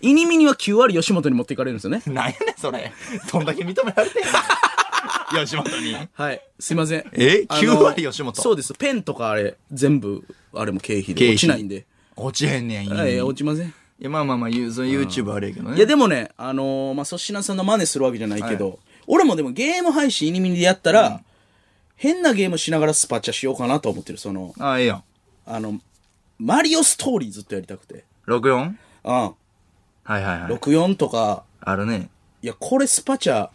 イニミニは9割吉本に持っていかれるんですよね。 <laughs> なんやねん、それ。どんだけ認められてんの <laughs> 吉本に。はい。すいません。えあの9割吉本そうです。ペンとかあれ、全部、あれも経経費で費落ちないんで。落ちへんねん、いいねはい、落ちません。いや、まあまあまあ、ゆその YouTube あれやけどね。いやでもね、あのーまあ、粗品さんの真似するわけじゃないけど、俺もでもゲーム配信イニミニでやったら、変なゲームしながらスパチャしようかなと思ってる。その、ああ、ええやん。あの、マリオストーリーずっとやりたくて。 64? うん。はいはいはい。 64とか、あるね。いや、これスパチャ、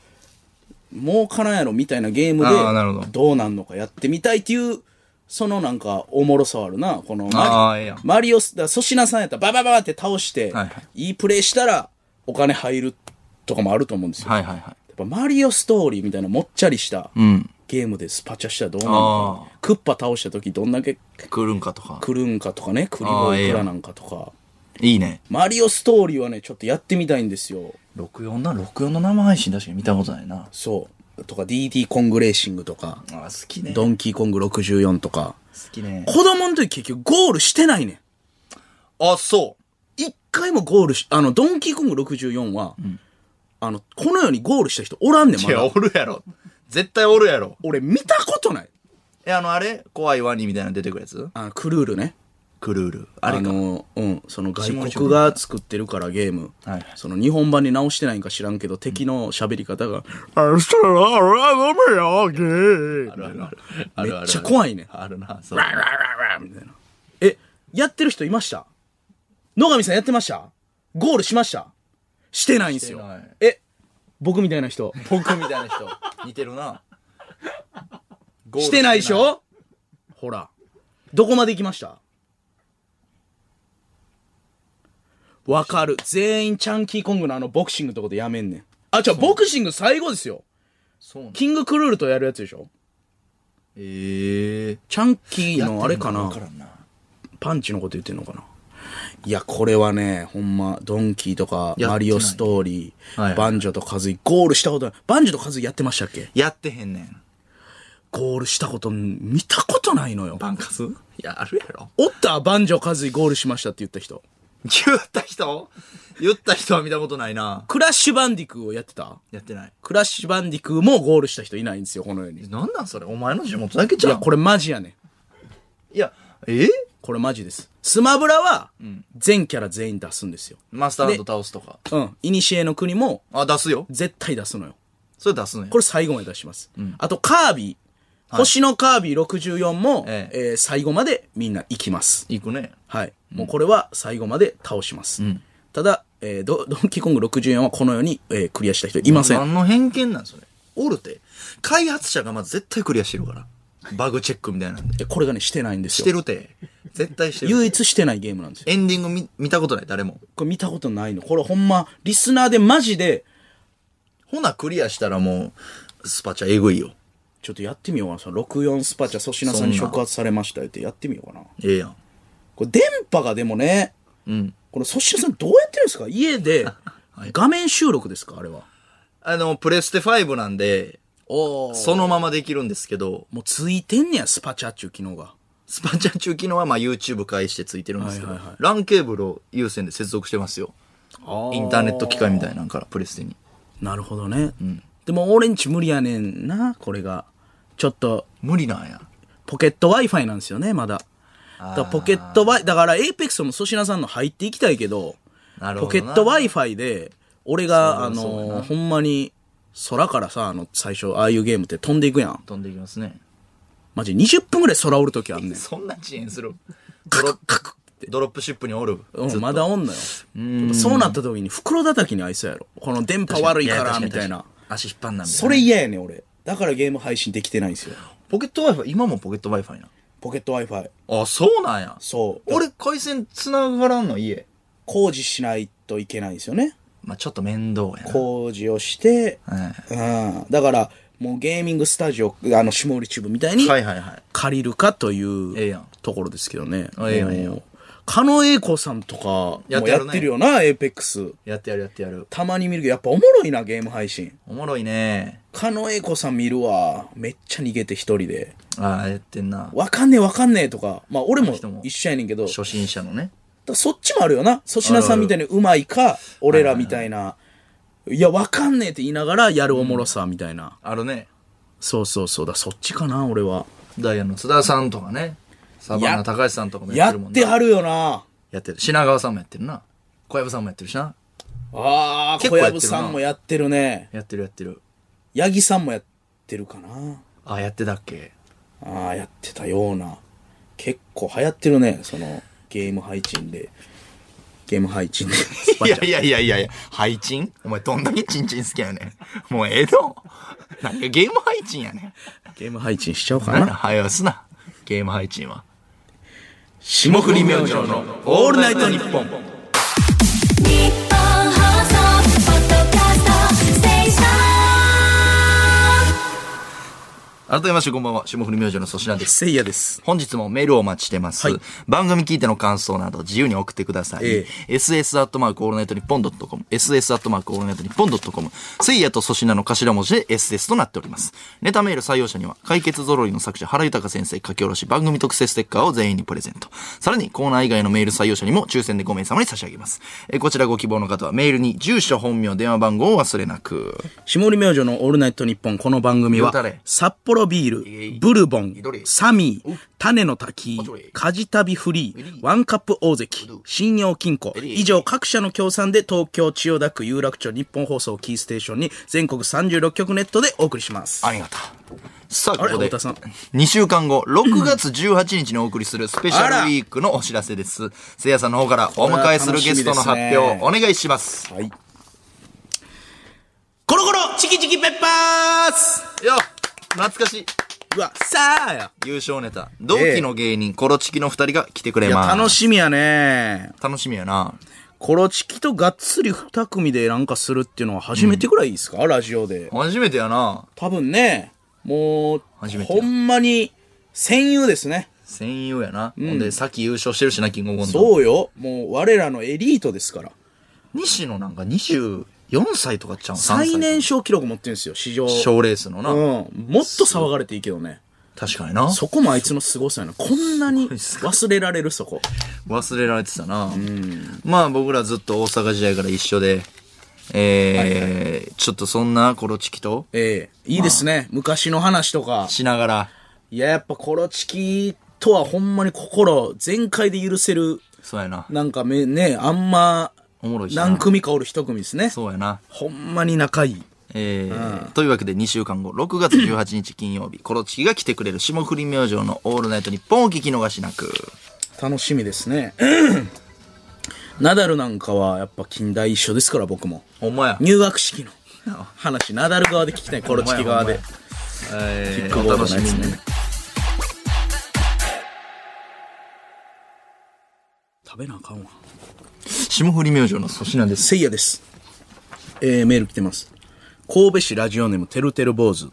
もうからんやろみたいなゲームあーなるほで、どうなんのかやってみたいっていう、そのなんか、おもろさはあるな。このあマーええリやん、マリオス、だから粗品さんやったらババババって倒して、、はいはいいプレイしたら、お金入るとかもあると思うんですよ。はいはいはい。やっぱマリオストーリーみたいなもっちゃりした、うん。ゲームでスパチャしたらどうなるのか。クッパ倒した時どんだけ来るんかとか。来るんかとかね、クリボあーええーいやんくらなんかとか。いいね。マリオストーリーはね、ちょっとやってみたいんですよ。 64な、64の生配信確かに見たことないな。そう。とか DD コングレーシングとか、ああ、好きね。好ドンキーコング64とか。きね。子供の時結局ゴールしてないねん。あ、そう。一回もゴールし、あの、ドンキーコング64は、あの、この世にゴールした人おらんねん、いまや、だお。るやろ。絶対おるやろ。俺見たことない。え、あの、あれ怖いワニみたいなの出てくるやつあの、クルールね。クルール。あれか。の、うん、その外下の国が作ってるからゲーム。はいその日本版に直してないんか知らんけど、敵の喋り方が、明日は俺は飲むよ、ゲー。あるあるあめるっちゃ怖いねん。あるな、そう。わわわわみたいな。え、やってる人いました野上さんやってましたゴールしましたしてないんですよしてない。え、僕みたいな人。僕みたいな人。似てるな。ゴールしてないでしょほら。どこまで行きましたわかる。全員チャンキーコングのあのボクシングってことやめんねん。あ、じゃボクシング最後ですよ。そうなのキングクルールとやるやつでしょええチャンキーー。のあれかなわらんなパンチのこと言ってんのかないや、これはね、ほんま、ドンキーとか、ないマリオストーリー、はいはいバンジョとカズイ、ゴールしたことない。バンジョとカズイやってましたっけやってへんねん。ゴールしたこと、見たことないのよ。バンカスいや、あるやろ。おったバンジョカズイゴールしましたって言った人。言った人言った人は見たことないな。クラッシュバンディクーをやってたやってない。クラッシュバンディクーもゴールした人いないんですよ、この世に。いなんなんそれお前の地元だけじゃや、ん。これマジやねん。いや、えこれマジです。スマブラは、全キャラ全員出すんですよ。マスターハンド倒すとか。うん。イニシエの国も、あ、出すよ。絶対出すのよ。それ出すのよ。これ最後まで出します。あと、カービィ。星のカービィ64も、えええー最後までみんな行きます。行くね。はい。もうこれは最後まで倒します。ただ、えード、ドンキーコング64はこのように、えークリアした人いません。何の偏見なんそれ。おるて。開発者がまず絶対クリアしてるから。バグチェックみたいなんで。でこれがね、してないんですしてよ。るて。絶対してる。唯一してないゲームなんですよ。エンディング見見たことない、誰も。これ見たことないの。これほんま、リスナーでマジで、ほな、クリアしたらもう、スパチャエグいよ。ちょっとやってみようかな。その64スパチャ粗品さんにそんな触発されましたってやってみようかな。ええやん。これ電波がでもね、うん。この粗品さんどうやってるんですか家で、画面収録ですかあれは。あの、プレステ5なんで、おそのままできるんですけど、もうついてんねや、スパチャっちゅう機能が。スパチャ中機能はまあ YouTube 介してついてるんですけど、はいはいはい LAN ケーブルを有線で接続してますよ。インターネット機械みたいなんから、プレステに。なるほどね。でも俺んち無理やねんな、これが。ちょっと、無理なんや。ポケット Wi-Fi なんですよね、まだ。だからポケット Wi-Fi、だから APEX も粗品さんの入っていきたいけど、なるほポどケなット Wi-Fi で、俺が、あそうやの、ほんまに、空からさ、あの、最初、ああいうゲームって飛んでいくやん。飛んでいきますね。マジ20分ぐらい空おるときあんねん。そんな遅延する。ドロップ、ドロップシップにおる。うん、まだおんのよ。やっぱそうなった時に袋叩きに合いそうやろ。この電波悪いから、みたいな。。足引っ張んなみたいな。それ嫌やねん、俺。だからゲーム配信できてないんですよ。ポケット Wi-Fi、今もポケット Wi-Fi な。ポケット Wi-Fi。あ、そうなんや。そう。俺、回線繋がらんの家。工事しないといけないんですよね。まあちょっと面倒やな。工事をして、はいうん。だから、もうゲーミングスタジオ、あの、下売りチューブみたいにはいはいはい。借りるかといええうやんところですけどね。あええやんええやんもう狩野英孝さんとか、もうややってやるねってるよな、エーペックス。やってやるやってやる。たまに見るけど、やっぱおもろいな、ゲーム配信。おもろいね。狩野英孝さん見るわ。めっちゃ逃げて一人で。ああ、やってんな。わかんねえわかんねえとか。まあ俺も人も一緒やねんけど。初心者のね。だからそっちもあるよな。粗品さんみたいにうまいか、俺らみたいな。いや、わかんねえって言いながらやるおもろさみたいな。あるね。そうそうそうだ。そっちかな、俺は。ダイヤの津田さんとかね。サバンナ高橋さんとかもやってやるもっんね。てはるよな。やってる。品川さんもやってるな。小籔さんもやってるしな。ああ、結構小やってるな籔さんもやってるね。やってるやってる。八木さんもやってるかな。あ、やってたっけああ、やってたような。結構流行ってるね、その、ゲーム配信で。ゲーム配信で。スパいチやャいやいやいやいや、配信お前どんだけチンチン好きやねん。もうええぞ。何がゲーム配信やねん。 <laughs> ゲーム配信しちゃおうか何な。はやすな。ゲーム配信は。霜降り明星のオールナイトニッポン。日本放送ポッドキャストステーション改めましてこんばんは。霜降り明星の粗品です。せいやです。本日もメールをお待ちしてます。はい番組聞いての感想など自由に送ってください。え ss アットマークオールナイトニッポンドットコム、ss アットマークオールナイトニッポンドットコム、せいやと粗品の頭文字で ss となっております。ネタメール採用者には解決ぞろりの作者原豊先生書き下ろし番組特製ステッカーを全員にプレゼント。さらにコーナー以外のメール採用者にも抽選で5名様に差し上げます。えーこちらご希望の方はメールに住所、本名、電話番号を忘れなく。霜降り明星のオールナイトニッポン。この番組は言うたれ、札幌ビいーいル、ブルボいどれン、サミー、種の滝どれ、カジタビフリリー、ワンカップ大関、信用金庫、リ以上各社の協賛で東京、千代田区、有楽町、日本放送をキーステーションに全国36局ネットでお送りします。ありがとう。さあ、あこれこで、太田さん2週間後、6月18日にお送りするスペシャルウィークのお知らせです。せいやさんの方からお迎えするゲストの発これ表は楽しみですねお願いします。はい。コロコロチキチキペッパーズよっ懐かしいうわ、さあや優勝ネタ。同期の芸人、コロチキの2人が来てくれいや、ます。楽しみやね。楽しみやな。コロチキとがっつり二組でなんかするっていうのは初めてぐらいですか、ラジオで。初めてやな。多分ね、もう、初めてほんまに、戦友ですね。戦友やな。ほんで、さっき優勝してるしな、キングオブコント。そうよ。もう、我らのエリートですから。西野なんか24歳とかちゃうん最年少。少記録持ってるんですよ、史上。賞レースのな。うん。もっと騒がれていいけどね。確かにな。そこもあいつの凄さやな。こんなに忘れられる、そこ。忘れられてたな、まあ僕らずっと大阪時代から一緒でえーちょっとそんなコロチキとええいいですね。昔の話とか。しながらいや、やっぱコロチキとはほんまに心全開で許せる、そうやななんかめ、ね、あんま、おもろいしな何組かおる一組ですね。そうやなほんまに仲いい。えーというわけで2週間後6月18日金曜日コロチキが来てくれる霜降り明星の「オールナイトニッポン」をお聞き逃しなく楽しみですね。 <clears throat> ナダルなんかはやっぱ近代一緒ですから僕も。ほんまや入学式の話、ナダル側で聞きたい、コロチキ側で。えーキックおボー楽ドのしやみつにねね。食べなあかんわ。霜降り明星の粗品です <laughs> せいやです。えー、メール来てます。神戸市ラジオネームてるてる坊主。フ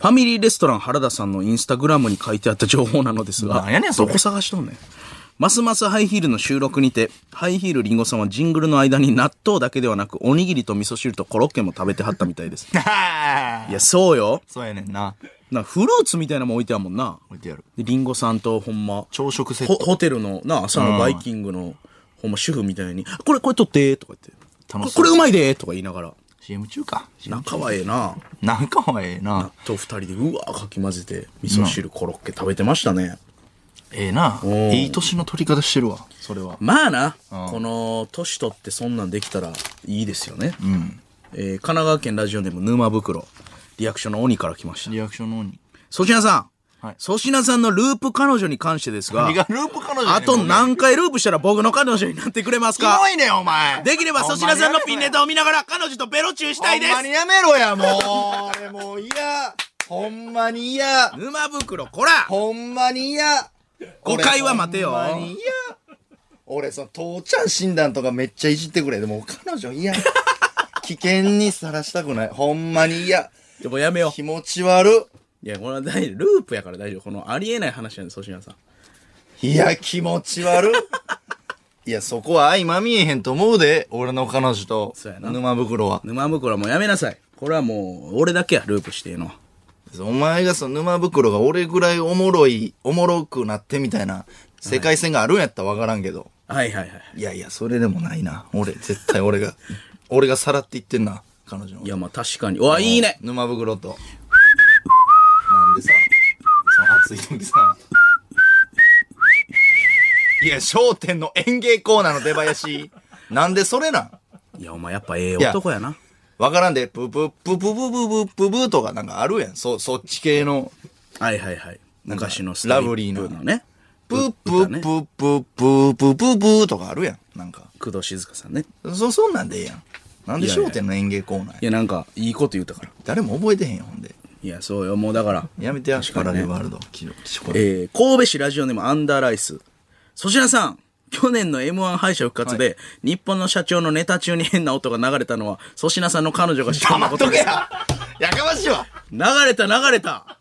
ァミリーレストラン原田さんのインスタグラムに書いてあった情報なのですが、なんやねんそれどこ探しとんねん。ますますハイヒールの収録にて、ハイヒールリンゴさんはジングルの間に納豆だけではなく、おにぎりと味噌汁とコロッケも食べてはったみたいです。いや、そうよ。そうやねんなな、フルーツみたいなもん置いてあるもんな。置いてやるでリンゴさんとほんま、朝食セッほトホテルの、な、朝のバイキングの、ほんま主婦みたいに、これ、これ取って、とか言って。楽しそこうれうまいでとか言いながら CM 中か仲はええななんかはええなと二人でうわーかき混ぜて味噌汁コロッケ食べてましたね、ええなうんいい年の取り方してるわそれはまあな、この年取ってそんなんできたらいいですよね、えー神奈川県ラジオネーム沼袋リアクションの鬼から来ましたリアクションの鬼。粗品さんはい粗品、さんのループ彼女に関してですが何がループ彼女やねんあと何回ループしたら僕の彼女になってくれますかいねお前。できれば粗品さんのピンネタを見ながら彼女とベロチューしたいでほんますにやめろや、もう。俺もう嫌。ほんまに嫌。沼袋こらほんまに嫌。誤解は待てよ俺ほんまに嫌。俺、その、父ちゃん診断とかめっちゃいじってくれ。でも、彼女 <laughs> 嫌。危険にさらしたくない。ほんまに嫌。でもやめよう気持ち悪。いや、これは大丈夫。ループやから大丈夫。このありえない話なんで、粗品さん。いや、気持ち悪。いや、そこは相まみえへんと思うで。俺の彼女とそうや、な沼袋は。沼袋はもうやめなさい。これはもう、俺だけや、ループしてえのは。お前がその沼袋が俺ぐらいおもろい、おもろくなってみたいな世界線があるんやったらわからんけど。はいはいはい。いやいや、それでもないな。俺、絶対俺が、 <laughs> 俺がさらっていってんな、彼女の。いや、まあ確かに。うわ、いいね沼袋と。なんでさ、その暑い時さ。いや、商店の園芸コーナーの出囃子、なんでそれなんいや、お前やっぱええいや男やな。わからんで、プププププププププとかなんかあるやん。そ、そっち系の。はいはいはい。昔のスララブブリリーーなのね。プうプ歌ねププププププとかあるやん。なんか。工藤静香さんね。そ、そんなんでええやん。なんでいやいや商店の演芸コーナーいやや、なんか、いいこと言うたから。誰も覚えてへんよ、ほんで。いや、そうよ。もうだから、やめてや、パかラにレねルワールド。ききこええー、神戸市ラジオネームアンダーライス。粗品さん、去年の M1 敗者復活で、日本の社長のネタ中に変な音が流れたのは、粗品さんの彼女が知った黙こっととけです。ややかましいわ流れた流れた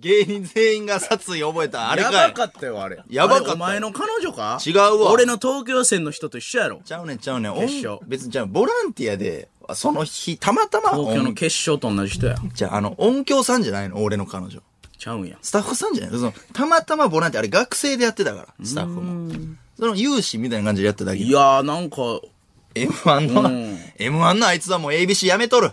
芸人全員が殺意覚えた、あれやかばい。かったよ、あれ。やばかったあれお前の彼女か違うわ俺の東京戦の人と一緒やろ。ちゃうねんちゃうねん。決勝音別にちゃう。ボランティアで、その日、たまたま音、東京の決勝と同じ人や。じゃあ、あの、音響さんじゃないの俺の彼女。ちゃうんや。スタッフさんじゃないのその、たまたまボランティア、あれ学生でやってたから、スタッフも。その、有志みたいな感じでやってただけい。やー、なんか、 M1 のな、うん M1 のあいつはもう ABC やめとる。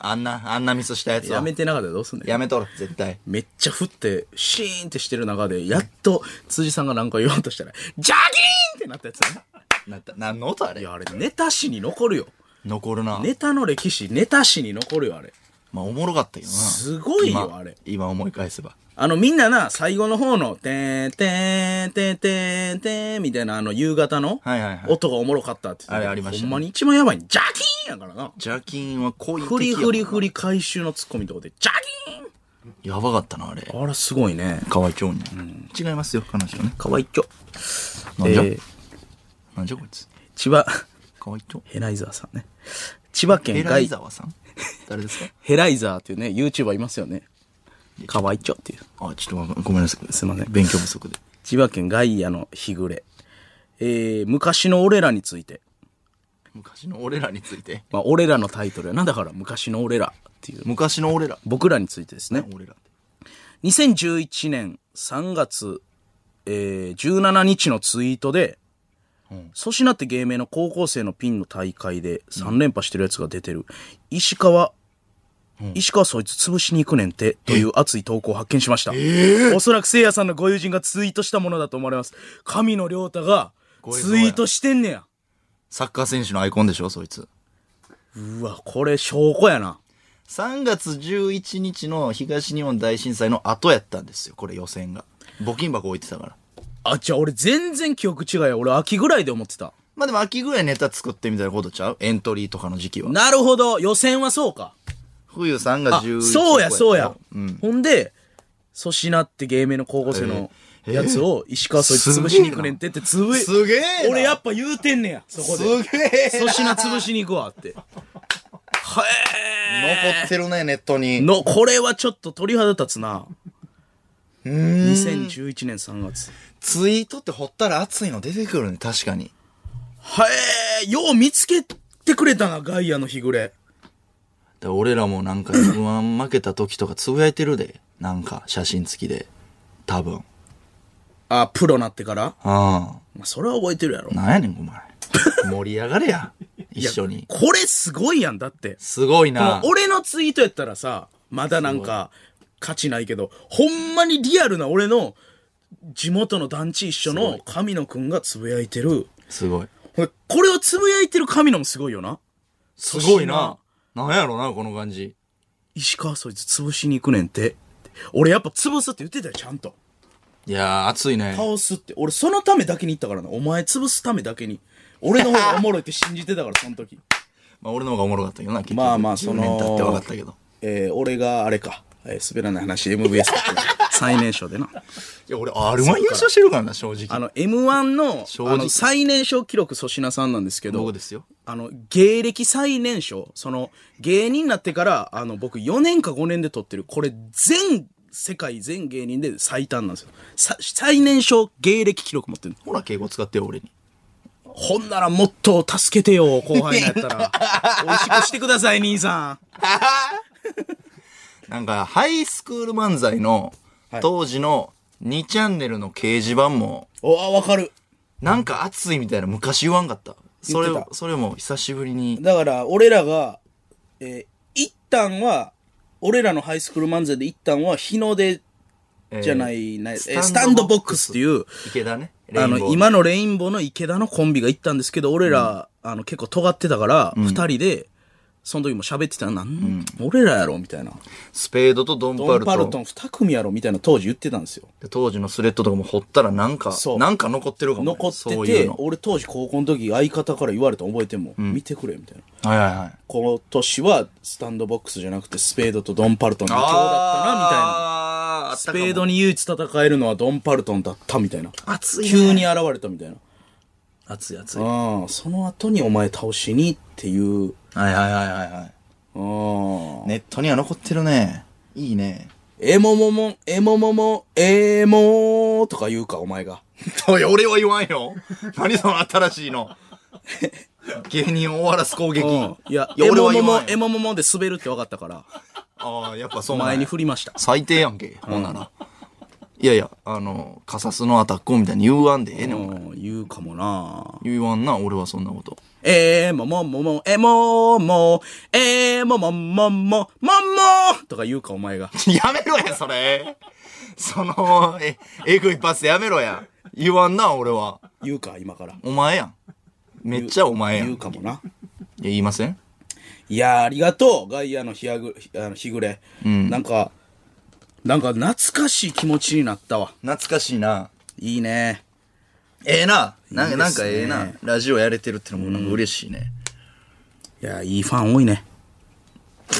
あんな、あんなミスしたやつは。やめてなかったらどうすんねん。やめとる、絶対。めっちゃ降って、シーンってしてる中で、やっと辻さんがなんか言おうとしたら、ジャキーンってなったやつね。なった、なんの音あいれや、あれ、ネタ史に残るよ。残るな。ネタの歴史、ネタ史に残るよ、あれ。まあ、おもろかったけどな。すごいよ今あれ。今思い返せば。あの、みんなな、最後の方の、てーん、てーん、てーん、てーん、てーん、みたいな、あの、夕方のはいはいはい、音がおもろかったって言ってたけどあれありましたねほんまに一番やばい、ジャキーンやからな。邪金はこういうフリフリフリ回収のツッコミとかで、ジャやばかったな、あれ。キーンあれ、すごいね。かわいそうに、違いますよ、彼女ね。かわいっちょ。なんじゃ、えーなんじゃこいつ。千葉、かわいそう。ヘライザーさんね。千葉県エライ外ザ、ワさん誰ですかヘライザーっていうね、YouTuber いますよね。かわいっちょっていう。あ、ちょっとごごめんなさい。すいません勉強不足で。千葉県外野の日暮れ。えー、昔の俺らについて。昔の俺らについて。まあ、俺らのタイトルやな。だから、昔の俺らっていう。昔の俺ら。僕らについてですね。俺らって。 2011年3月、えー、17日のツイートで、粗品って芸名の高校生のピンの大会で3連覇してるやつが出てる。石川、石川そいつ潰しに行くねんて、という熱い投稿を発見しました。おそらく聖夜さんのご友人がツイートしたものだと思われます。神野良太がツイートしてんねや。サッカー選手のアイコンでしょ、そいつ。うわ、これ証拠やな。 3月11日の東日本大震災の後やったんですよ、これ予選が。募金箱置いてたから。あ、じゃあ俺全然記憶違いや。俺秋ぐらいで思ってた。まあでも秋ぐらいネタ作ってみたいなことちゃうエントリーとかの時期は。なるほど。予選はそうか。冬3月あ、 11日。そうや、そうや。うん。ほんで、粗品って芸名の高校生のえーやつを石川そいつ潰しに行くねんてってつぶすげえな俺やっぱ言うてんねや、そこすで。げえ粗品潰しに行くわって。は残ってるね、ネットえー。に。の、これはちょっと鳥肌立つな。2011年3月。ツイートって掘ったら熱いの出てくるね、確かに。はえー、よう見つけてくれたな、ガイアの日暮れ。で俺らも <laughs> なんか M1 負けた時とかつぶやいてるで。なんか写真付きで。多分。あ、プロなってからあまあ、それは覚えてるやろあ。。なんやねん、お前。盛り上がれや。一緒 <laughs> いやに。これすごいやん、だって。すごいこのな。俺のツイートやったらさ、まだなんか、価値ないけど、ほんまにリアルな俺の、地元の団地一緒の神野くんがつぶやいてる。すごい。ほらこれをつぶやいてる神野もすごいよな。すごいな。なんやろな、この感じ。石川そいつ潰しに行くねんて。俺やっぱ潰すって言ってたよ、ちゃんと。いやー、熱いね。倒すって。俺そのためだけに行ったからな。お前潰すためだけに。俺の方がおもろいって信じてたから、そ <laughs> の時。まあ、俺の方がおもろかったけどな、結局まあまあその10年経って分かったけど。えー、俺があれか。えー滑らない話、MBS <laughs> だった最年少でな。いや、俺、R1 優勝してるからな、正直。あの、M1 の正直あの最年少記録粗品さんなんですけど、僕ですよあの、芸歴最年少、その、芸人になってから、あの、僕4年か5年で撮ってる、これ全世界全芸人で最短なんですよ。さ最年少芸歴記録持ってるほら、敬語使ってよ、俺に。ほんならもっと助けてよ、後輩のやった <laughs> ら。美味しくしてください、兄さなんか、ハイスクール漫才の、当時の2チャンネルの掲示板も、ん。おあ、わかる。なんか熱いみたいな昔言わんかった。それ言って、たそれも久しぶりに。だから、俺らが、えー一旦は、俺らのハイスクール漫才で一旦は、日の出じゃない、えーないえーススタタンンドボドボッッククススっていう、池田ね。レイあンボーの、今のレインボーの池田のコンビが行ったんですけど、俺ら、あの、結構尖ってたから、二、人で、その時も喋ってたら、なん、俺らやろみたいな。スペードとドンドパンルパトルトン二組やろみたいな当時言ってたんですよ。で当時のスレッドとかも掘ったらなんかそうなんか残ってるかもね、残ってそういて、うの俺当時高校の時相方から言われたの覚えてんも、ん、見てくれ、みたいな。はいはいはい今年はスタンドボックスじゃなくてスペードとドンパルトンの今日だったな、みたいな。あーあっスたかペもードに唯一戦えるのはドンパルトンだったみたいな。熱いね急に現れたみたいな。熱い熱いはああ、その後にお前倒しにっていう。いはいはいはいはいああ。ネットには残ってるねいい <laughs> ねえももも、えももも、えもーとか言うか、お前が。おい俺は言わんよ何その新しいの芸人を終わらす攻撃いや、いや <laughs> え俺もはも言わもん、よえもももで滑るって分かったから、ああやっぱそうなんや前に振りました。最低やんけ、ほんなら。いやいや、あの、カサスのアタックをみたいに言わんでええねん、お前うん、言うかもな言わんな、俺はそんなこと。えー、もももも、えもも、えもももも、ももとか言うか、お前が。 <laughs> やめろや、それ。その、え、えぐいパスやめろや。言わんな、俺は。言うか、今から。お前やん。めっちゃお前やん。い言うや、かもな。言いませんいやー、ありがとう、ガイアの日やぐひあの日暮れ。なんか、なんか懐かしい気持ちになったわ。懐かしいな。いいね。ええな。なんいか、いですねなんかええな。ラジオやれてるってのもなんか嬉しいね。いや、いいファン多いね。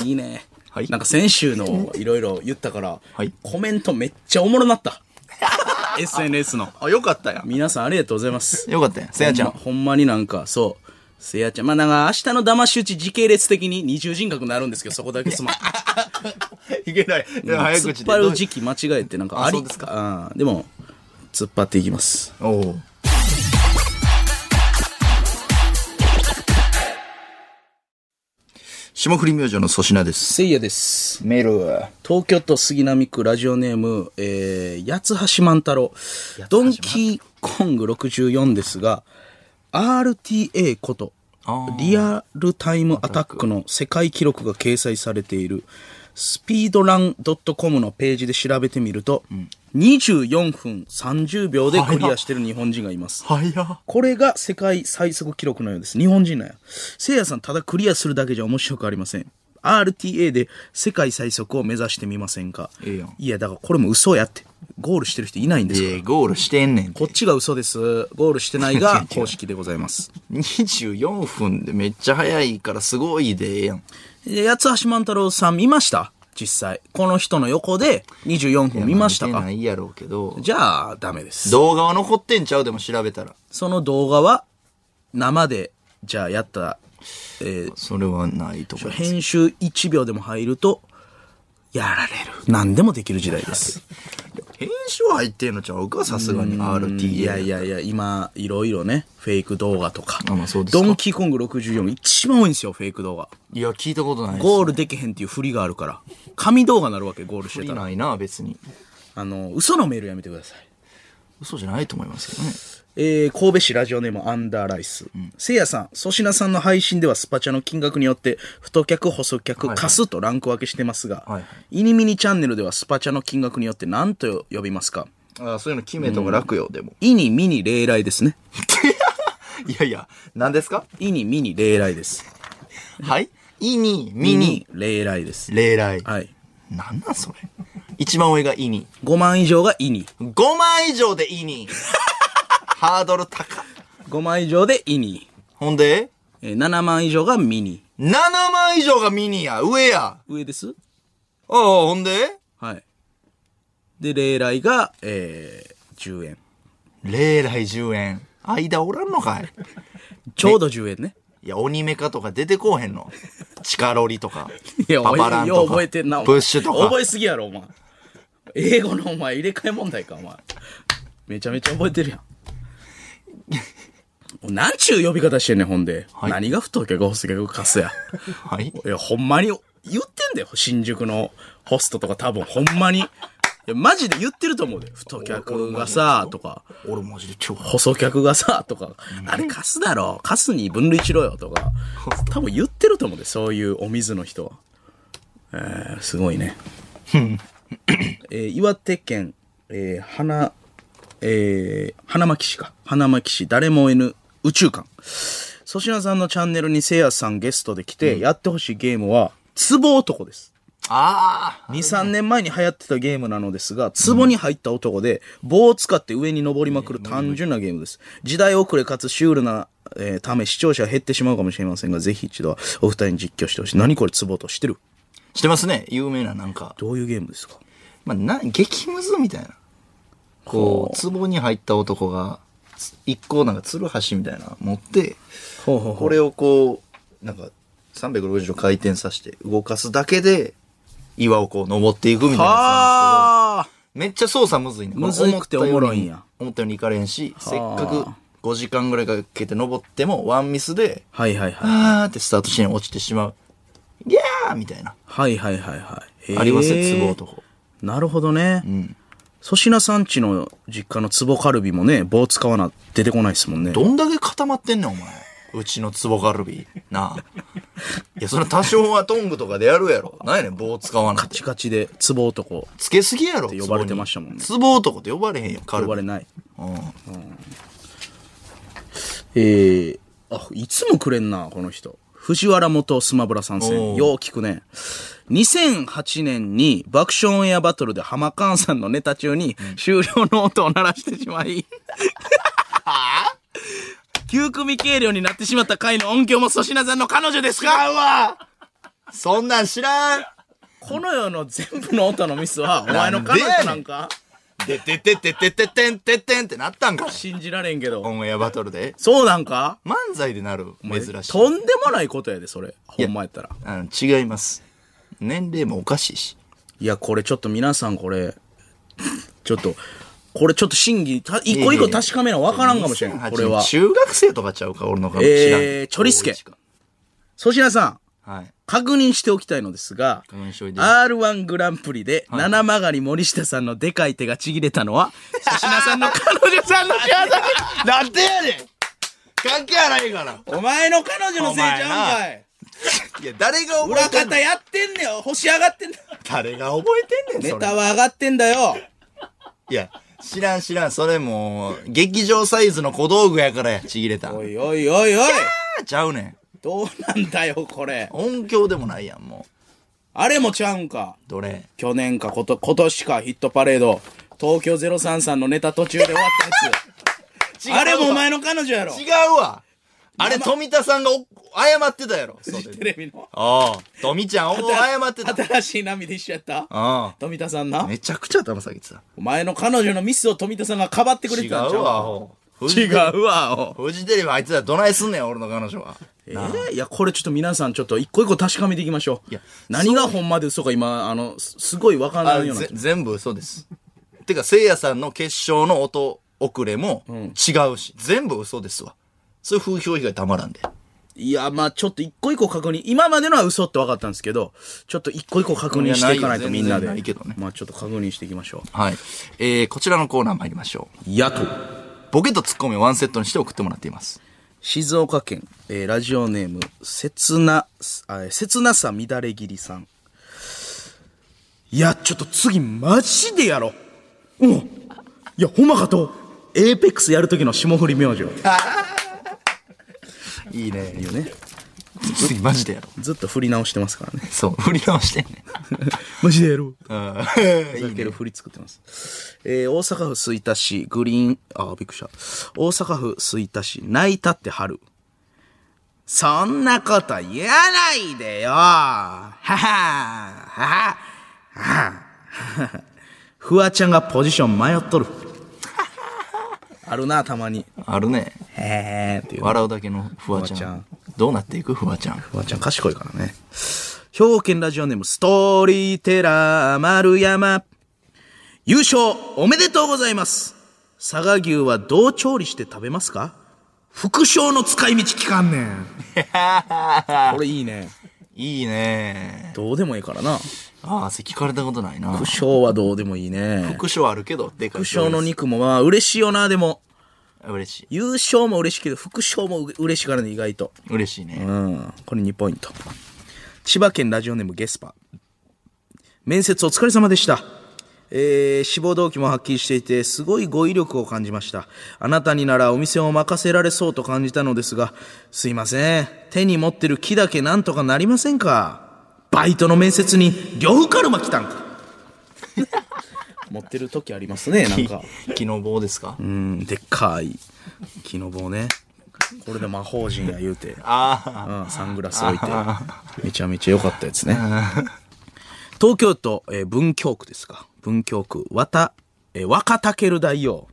いいね。はいなんか先週のいろいろ言ったから、はいコメントめっちゃおもろな <laughs> った。SNS の。あ、よかったやん。皆さんありがとうございます。よかったやん。せやちゃほんまん。ほんまになんか、そう。せやちゃん。まあ、なんか明日の騙し討ち時系列的に二重人格になるんですけど、そこだけすまん。 <laughs> いけない。でも <laughs> 早突っ口で。張る時期間違えて、なんかありあそうですか。うん。でも、突っ張っていきます。おう霜降り明星の粗品です。せいやです。メール。東京都杉並区ラジオネーム、えー、八橋万太郎。ドンキーコング64ですが、RTA ことあ、ーリアルタイムアタックの世界記録が掲載されている、スピードラン .com のページで調べてみると、24分30秒でクリアしてる日本人がいます。はいや。これが世界最速記録のようです。日本人なんや。せいやさん、ただクリアするだけじゃ面白くありません。RTA で世界最速を目指してみませんかええやんいや、だからこれも嘘やって。ゴールしてる人いないんですから。え、ゴールしてんねんこっちが嘘です。ゴールし <laughs> てないが公式でございます。 24分でめっちゃ早いからすごいでええやん。で八橋万太郎さん見ました実際。この人の横で24分見ましたいや見てかないやろうけど。じゃあ、ダメです。動画は残ってんちゃうでも調べたら。その動画は、生で、じゃあやった、えーそれはないと思います。編集1秒でも入ると、やられる。何でもできる時代です。編集入ってんのちゃうかさすがに RTA。いやい。やいや、今、いろいろね、フェイク動画とか。あまあそうですかドンキーコング64、一番多いんですよ、フェイク動画。いや、聞いたことないです。ゴールできへんっていう振りがあるから。紙動画なるわけ、ゴールしていたら。ないな、別に。あの、嘘のメールやめてください。嘘じゃないと思いますけどね。えー神戸市ラジオネームアンダーライス。せいやさん、粗品さんの配信ではスパチャの金額によって、太客、細客、いカスとランク分けしてますが、はいはイニミニチャンネルではスパチャの金額によって何と呼びますかああ、そういうの決めた方が楽よ、でも。イにミに礼来ですね。いやいや、何ですかイにミに礼来です。はいイに、ミイにに、礼来です。例来。はい。なんなんそれ。一番上がイに。 5万以上がイに。 5万以上でイ <laughs> に。ハードル高。 5万以上でイに。ほんで、えー7万以上がミに。 7万以上がミニや、上や。上ですああ、ほんではい。で、礼来が、えー10円。例来10円。間おらんのかい。ちょうど10円ね。いや、鬼メカとか出てこうへんの。チカロリとか。いや、おパパラン前、よとうか。覚えてんな、お前ブッシュとか。覚えすぎやろ、お前。英語のお前、入れ替え問題か、お前。めちゃめちゃ覚えて <laughs> るやん。もうなんちゅう呼び方してんねん、ほんで。い何が太客、細客、カスや。はい。 <laughs> いや、ほんまに、言ってんだよ、新宿のホストとか多分、ほんまに。いや、マジで言ってると思うで。太客がさ、とか、俺マジで超細客がさ、とか、あれカスだろ、カスに分類しろよ、とか。多分言ってると思うで、そういうお水の人は。えー、すごいね。えー岩手県、えー、花、えー、花巻市か。花巻市、誰も N 宇宙館。粗品さんのチャンネルにせいやさんゲストで来て、やってほしいゲームは、ツボ男です。ああ。 2、3年前に流行ってたゲームなのですが、壺に入った男で、棒を使って上に登りまくる単純なゲームです。時代遅れかつシュールな、えーため視聴者は減ってしまうかもしれませんが、ぜひ一度はお二人に実況してほしい。何これ壺と知ってるしてますね。有名ななんか。どういうゲームですかまあ、な、激ムズみたいな。こう、壺に入った男が、つ一個なんか、つるはしみたいなの持って、ほうほ <laughs> うこれをこう、なんか、360度回転させて動かすだけで、岩をこう登っていくみたいなやつなんですはあけど、めっちゃ操作むずいね。むずいくておもろいんや思ったようにいかれへんし、せっはあかく5時間ぐらいかけて登っても、ワンミスで、はいはいはい。あーってスタート地点に落ちてしまう。ギャーみたいな。はいはいはいはい。ありますへね、ー壺男。なるほどね。粗品さんちの実家の壺カルビもね、棒使わな、出てこないですもんね。どんだけ固まってんねん、お前。うちのツボカルビ。な <laughs> あ。いや、それ多少はトングとかでやるやろ。なんやねん、棒使わなカくてチ。カチで、壺男、つけすぎやろ。て呼ばれてましたもんねツボ男って呼ばれへんよ、カ呼ルばれビ。ない。うんえー、あ、いつもくれんな、この人。藤原元スマブラ参戦。おうよう聞くね。2008年に爆笑オンエアバトルで浜カンさんのネタ中に終了の音を鳴らしてしま <laughs> い、9組計量になってしまった回の音響も粗品さんの彼女ですかあんわそんなん知らんこの世の全部の音のミス <laughs> は、お前の彼女なんか、でててててててんてってんってなったんか。信じられんけど。オンエアバトルで。そうなんか漫才でなる、珍しい。とんでもないことやで、それ。ほんまやったら。あの違います。年齢もおかしいし。いや、これちょっと皆さんこれ、ちょっと、これちょっと審議、た一個一個確かめなわからんかもしれん。 2008これは。中学生とかちゃうか、俺の顔知らん。えーチョリスケ粗品さん、はい。確認しておきたいのですが、確認しておいて R1 グランプリで、七曲り森下さんのでかい手がちぎれたの <laughs> は、粗品さんの彼女さんの仕業なんでやねん関係あらへんから。お前の彼女のせいちゃうんかいいや、誰が覚裏えてんね方ん。やってんねよ星上がって <laughs> んだ誰が覚えてんねん、ネそタれ。は上がってんだよいや、知らん知らん。それもう、劇場サイズの小道具やからや、ちぎれた。おいおいおいおいあちゃうねん。どうなんだよこれ音響でもないやん、もあれもちゃうんかう。どれ去年かこと今年かヒットパレード東京033のネタ途中で終わ <laughs> ったやつあれもお前の彼女やろ違うわ。あれ、富田さんがお謝ってたやろ。そうテレビのああ、富ちゃん、お謝ってた。新しい波で一緒やったあ富田さんあ。なめちゃくちゃ頭下げてた。お前の彼女のミスを富田さんがかばってくれ違てうたんちゃうわ、アホフジ違うわおフジテレビ入ってたらどないすんねん、俺の彼女は。えーいや、これちょっと皆さんちょっと一個一個確かめていきましょう。いや何がほんまで嘘か今、あの、すすごいわからあないようなぜ。全部嘘です。てか、せいやさんの決勝の音遅れも違うし、全部嘘ですわ。そういう風評被害たまらんで。いや、まあちょっと一個一個確認、今までのは嘘って分かったんですけど、ちょっと一個一個確認していかないいやないとみんなで。全然ないけどねまあちょっと確認していきましょはい。えー、こちらのコーナー参りましょう。野党。う。ボケとツッコミをワンセットにして送ってもらっています。静岡県、えーラジオネーム、切な、あ切なさ乱れ切りさん。いや、ちょっと次マジでやろう。うん。いや、ほんまかと、エーペックスやる時の霜降り明星。いいね。いいよね。次マジでやろう。ずっと振り直してますからね。そう、振り直してんね。マジでやろう。うん。ふざける振り作ってます。えー大阪府吹田市、グリーン、あ、びっくりした。大阪府吹田市、泣いたって春。そんなこと言わないでよはははははフワちゃんがポジション迷っとる。あるな、たまに。 <laughs> あるね。へーっていう。笑うだけのフワちゃん。フワちゃんどうなっていくフワちゃん。フワちゃん賢いからね。兵庫県ラジオネーム、ストーリーテラー丸山。優勝おめでとうございます。佐賀牛はどう調理して食べますか副賞の使い道聞かんねん。 <laughs> これいいね。いいね。どうでもいいからな。ああ、せ聞かれたことないな。副賞はどうでもいいね。副賞あるけど、でかい。副賞の肉もまあ嬉しいよな、でも。嬉しい。優勝も嬉しいけど、副賞も嬉しいからね、意外と。嬉しいね。うん。これ2ポイント。千葉県ラジオネームゲスパ。面接お疲れ様でした。えー志望動機もはっきりしていて、すごい語彙力を感じました。あなたにならお店を任せられそうと感じたのですが、すいません。手に持ってる木だけなんとかなりませんかバイトの面接に、呂布カルマ来たんか。持ってる時ありますね、なんか。木の棒ですかうん、でっかい木の棒ね。これで魔法陣や言うて。あうん、サングラス置いて。めちゃめちゃ良かったやつね。東京都、えー文京区ですか。文京区、わた、えー若竹る大王。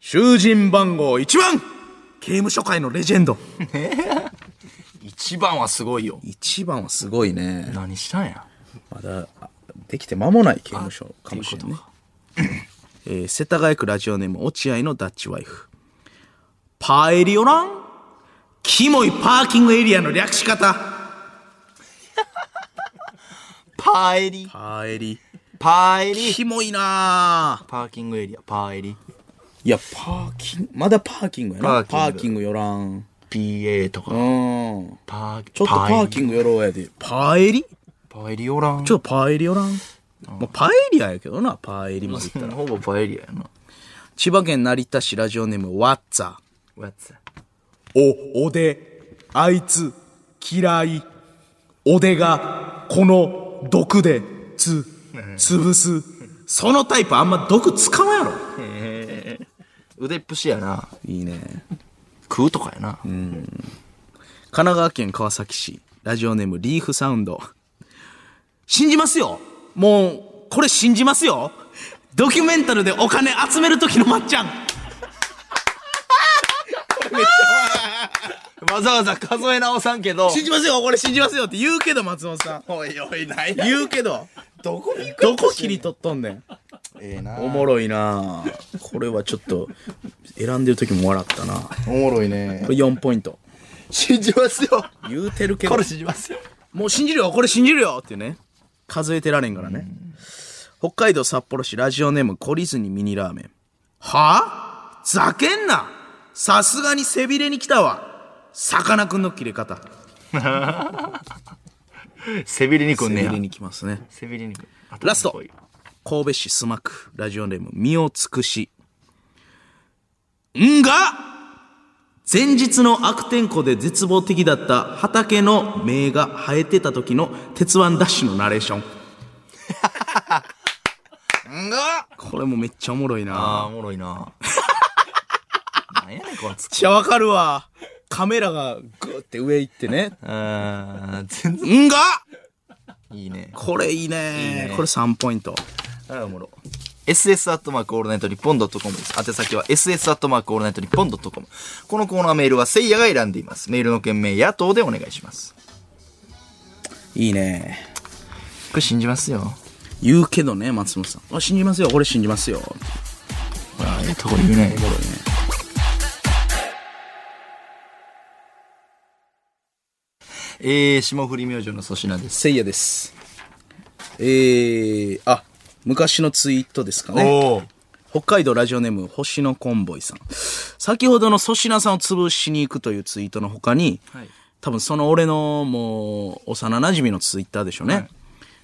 囚人番号1番刑務所界のレジェンド。あ。一番はすごいよ。 1番はすごいね。何したんや。まだ、あできて間もない刑務所かもしれないね。えー世田谷区ラジオネーム、落合のダッチワイフ。パエリオランキモいパーキングエリアの略し方。パエリ。パエリ。パエリ。キモいなぁパーキングエリア、パエリ。いや、パーキング、まだパーキングやな。パーパーキキングよらん。 PA とかう。ん。パーちょっとパーキングよろうやで。パエリパエリおらん。ちょっとパエリよらん。まあ、パエリアやけどな、パエリまで言ったら。 <laughs> ほぼパエリアやな。千葉県成田市ラジオネーム、ワッツァ。 What's お、おで、あいつ、嫌い。おでが、この、毒で、つ、潰す。そのタイプあんま毒使わんやろ。腕っぷしやな。いいね。食うとかやな。神奈川県川崎市、ラジオネームリーフサウンド。信じますよもう、これ信じますよドキュメンタルでお金集める時のまっちゃんわざわざ数え直さんけど。信じますよこれ信じますよって言うけど、松本 <laughs> さん。おいおい、ないな。言うけど、どこに行どこ切り取っとんねん。ええな。おもろいなぁこれはちょっと、選んでる時も笑ったなこおもろいね。れ4ポイント。信じますよ。言うてるけどこれ、信じますよ。もう信じるよこれ信じるよってね。数えてられんからね。北海道札幌市ラジオネーム懲りずにミニラーメン。はぁざけんなさすがに背びれに来たわさかなクンの切れ方。背びれにく背んねびやれ。に来ますね。背びれにくん。ラスト神戸市須磨区ラジオネーム身を尽くし。んが前日の悪天候で絶望的だった畑の芽が生えてた時の鉄腕ダッシュのナレーション。んがこれもめっちゃおもろいなあー、おもろいな。なんやねん、こいつ。めっちゃわかるわ。カメラがグーって上行ってね。うーん、全然。んがいいね。これいいねこれ3ポイント。あおもろ。ss アットマークオールナイトニッポンドットコムです。宛先は ss アットマークオールナイトニッポンドットコム。このコーナーメールはせいやが選んでいます。メールの件名、野党でお願いします。いいねこれ信じますよ。言うけどね、松本さん。あ信じますよ、これ信じますよ。ほら、ええとこ言うね。えー、霜降り明星の粗品です。せいやです。えー、あ、昔のツイートですかね。ー。北海道ラジオネーム、星野コンボイさん。先ほどの粗品さんを潰しに行くというツイートの他に、はい多分その俺のもう、幼馴染のツイッターでしょうね。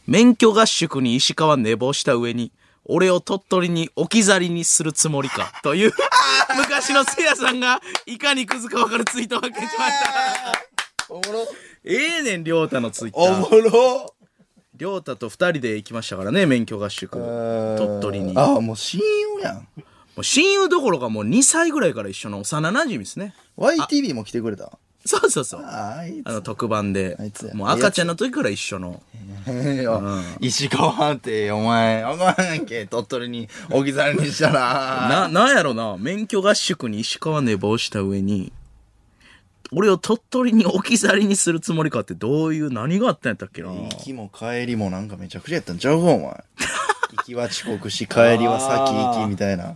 免許合宿に石川寝坊した上に、俺を鳥取に置き去りにするつもりか、という、 <laughs> 昔のせいやさんが、いかにクズかわかるツイートを発見しました。おもろ。ええねん、りょうたのツイッタおー。もろ。りょうたと二人で行きましたからね、免許合宿。鳥取に。ああ、もう親友やん。もう親友どころかもう2歳ぐらいから一緒の幼馴染ですね。 YTV も来てくれた。そうそうそう。あああ、いいの特番であいつ。やもう赤ちゃんの時から一緒の。ええよ。石川判定、お前、あかんやんけ、鳥取に置き去りにしたら。な、なんやろな。免許合宿に石川寝坊した上に、俺を鳥取に置き去りにするつもりかってどういう、何があったんやったっけな。行きも帰りもなんかめちゃくちゃやったんちゃうか、お前。行きは遅刻し、帰りは先行きみたい <laughs> な。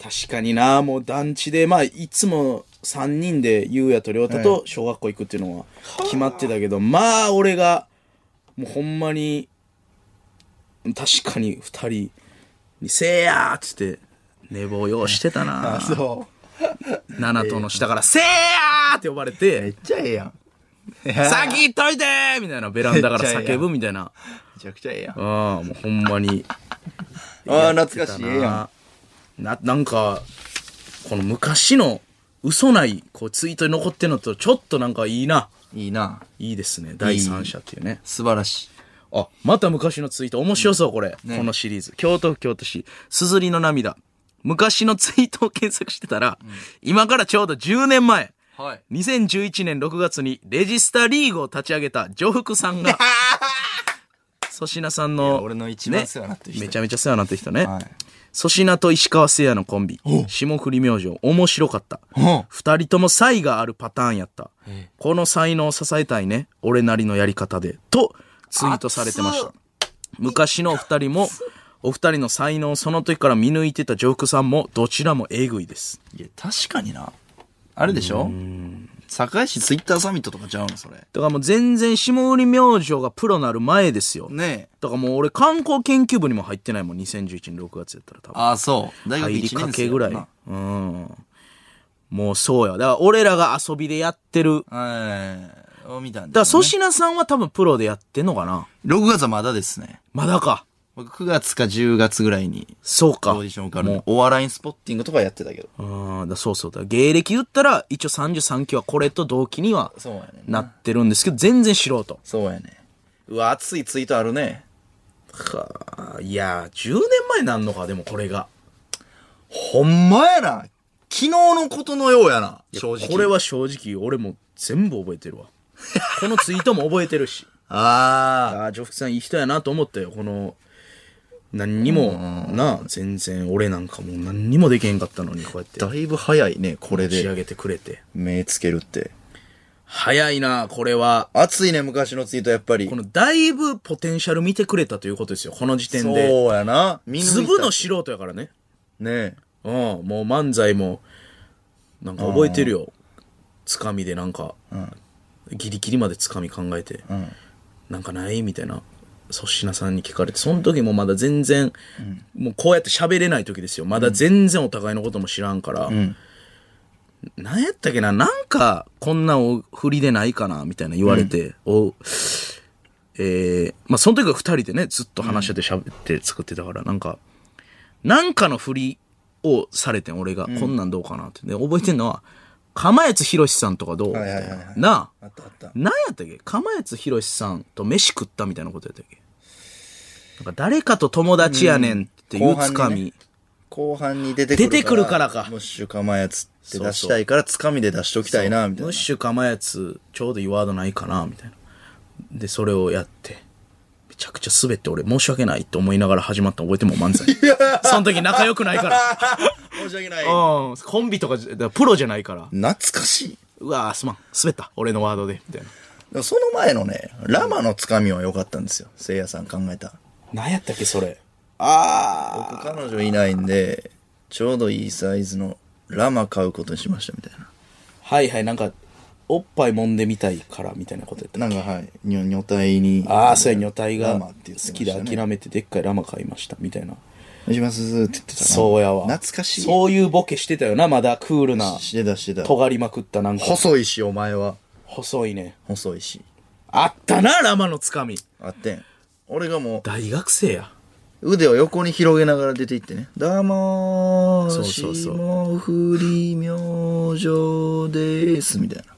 確かにな、もう団地で、まあ、いつも3人で、ゆうやとりょうたと小学校行くっていうのは決まってたけど、まあ、俺が、もうほんまに、確かに2人に、せいやーっつって、寝坊ようしてた <laughs> な。そう。ナナトの下から、せいやーって呼ばれ、めってちゃええやん。 <laughs> 先行っといてーみたいな、ベランダから叫ぶみたいな。めちゃくちゃええやん。ああ、もうほんまに。ああ、懐かしい。ええやん。ん。な、なんか、この昔の嘘ない、こうツイートに残ってるのと、ちょっとなんかいいな。いいな。いいですね。第三者っていうね。素晴らしい。あ、また昔のツイート。面白そう、これ。このシリーズ。京都府京都市、すずりの涙。昔のツイートを検索してたら、今からちょうど10年前。はい。 2011年6月にレジスタリーグを立ち上げた上福さ <laughs> んが、粗品さんの、俺の一番世話になってる人ねめちゃめちゃ世話になってる人ね。はい粗品と石川誠也のコンビ、霜降り明星、面白かったおう。二人とも才があるパターンやった。この才能を支えたいね。俺なりのやり方で。と、ツイートされてまし。熱った昔のお二人も、お二人の才能をその時から見抜いてた上福さんも、どちらもえぐいです。いや、確かにな。あれでしょ堺市ツイッターサミットとかちゃうのそれ。だからもう全然霜降り明星がプロなる前ですよ。ねえ。だからもう俺観光研究部にも入ってないもん、2011年6月やったら多分。ああ、そう。大学入り1か年生けやぐもらんいな。うん。もうそうや。だから俺らが遊びでやってる。だかはい。を見たんでらすね、粗品さんは多分プロでやってんのかな。 6月はまだですね。まだか。僕9月か10月ぐらいにそうオか。ーディション受かるもの。お笑いスポッティングとかやってたけど。ううん。だからそうそうだ。芸歴言ったら、一応33期はこれと同期にはそうやねんなってるんですけど、全然素人。そうやね。うわ、熱いツイートあるね。はあいやー、10年前なんのか、でもこれが。ほんまやな。昨日のことのようやな。正直。これ。は正直俺も全部覚え <laughs> てるわこのツイートも覚えてるしああ。ああジョフさんいい人やなと思ったよこの何にもなあ全然俺なんかもう何にもできへんかったのにこうやってだいぶ早いね、これ仕上で。げてくれて目つけるって。早いなこれは熱いね、昔のツイート、やっぱり。このだいぶポテンシャル見てくれたということですよこの時点でそうやな。みんな。粒の素人やからねねうんもう漫才もなんか覚えてるよつかみでなんか、ギリギリまでつかみ考えて、んなんかないみたいな粗品さんに聞かれてその時もまだ全然、もうこうやって喋れない時ですよまだ全然お互いのことも知らんから、なんやったっけななんかこんなお振りでないかなみたいな言われて、おえー、まあその時は2人でねずっと話し合って喋って作ってたからなんかなんかの振りをされてん、俺が。こんなんどうかなって。で、覚えてんのは、釜谷ひろしさんとかどうみいたはいいはいな。なえ。ああ。ったあった。なんやったっけ釜谷ひろしさんと飯食ったみたいなことやったっけなんか誰かと友達やねんっていうつかうん後半にねみ。後半に出て出てくるからかムッシュかまやつって出したいから、つかみで出しときたいな、みたいムなッ。シュかまやつ、ちょうどいいワードないかなみたいな。で、それをやって。めちゃくちゃ滑って俺申し訳ないと思いながら始まったの覚えても漫才。その時仲良くない <laughs> から。申し訳ない。うん。コンビとかじゃ、だからプロじゃないから。懐かしい。うわーすまん。滑った。俺のワードで。みたいな。でもその前のね、ラマのつかみは良かったんですよ。せいやさん考えた。何やったっけ、それ。あ僕彼女いないんで、ちょうどいいサイズのラマ買うことにしましたみたいな。あ。はいはい、なんか、おっぱい揉んでみたいから、みたいなことやった。なんかはい、女女体に。ああ、そうや、女体ラがマっ好て言ってまきしたでね諦めてでっかいラマ買いました、みたいな。お願いしますって言ってたなそうやわ。懐かしい。そういうボケしてたよな、まだクールな。してたしてた。尖りまくったなんか。細いし、お前は。細いね。細いし。あったな、ラマのつかみ。あってん。俺がも大学生や。う、腕を横に広げながら出て行ってね。だまそーうしそうそうもふり明星です。みたいな。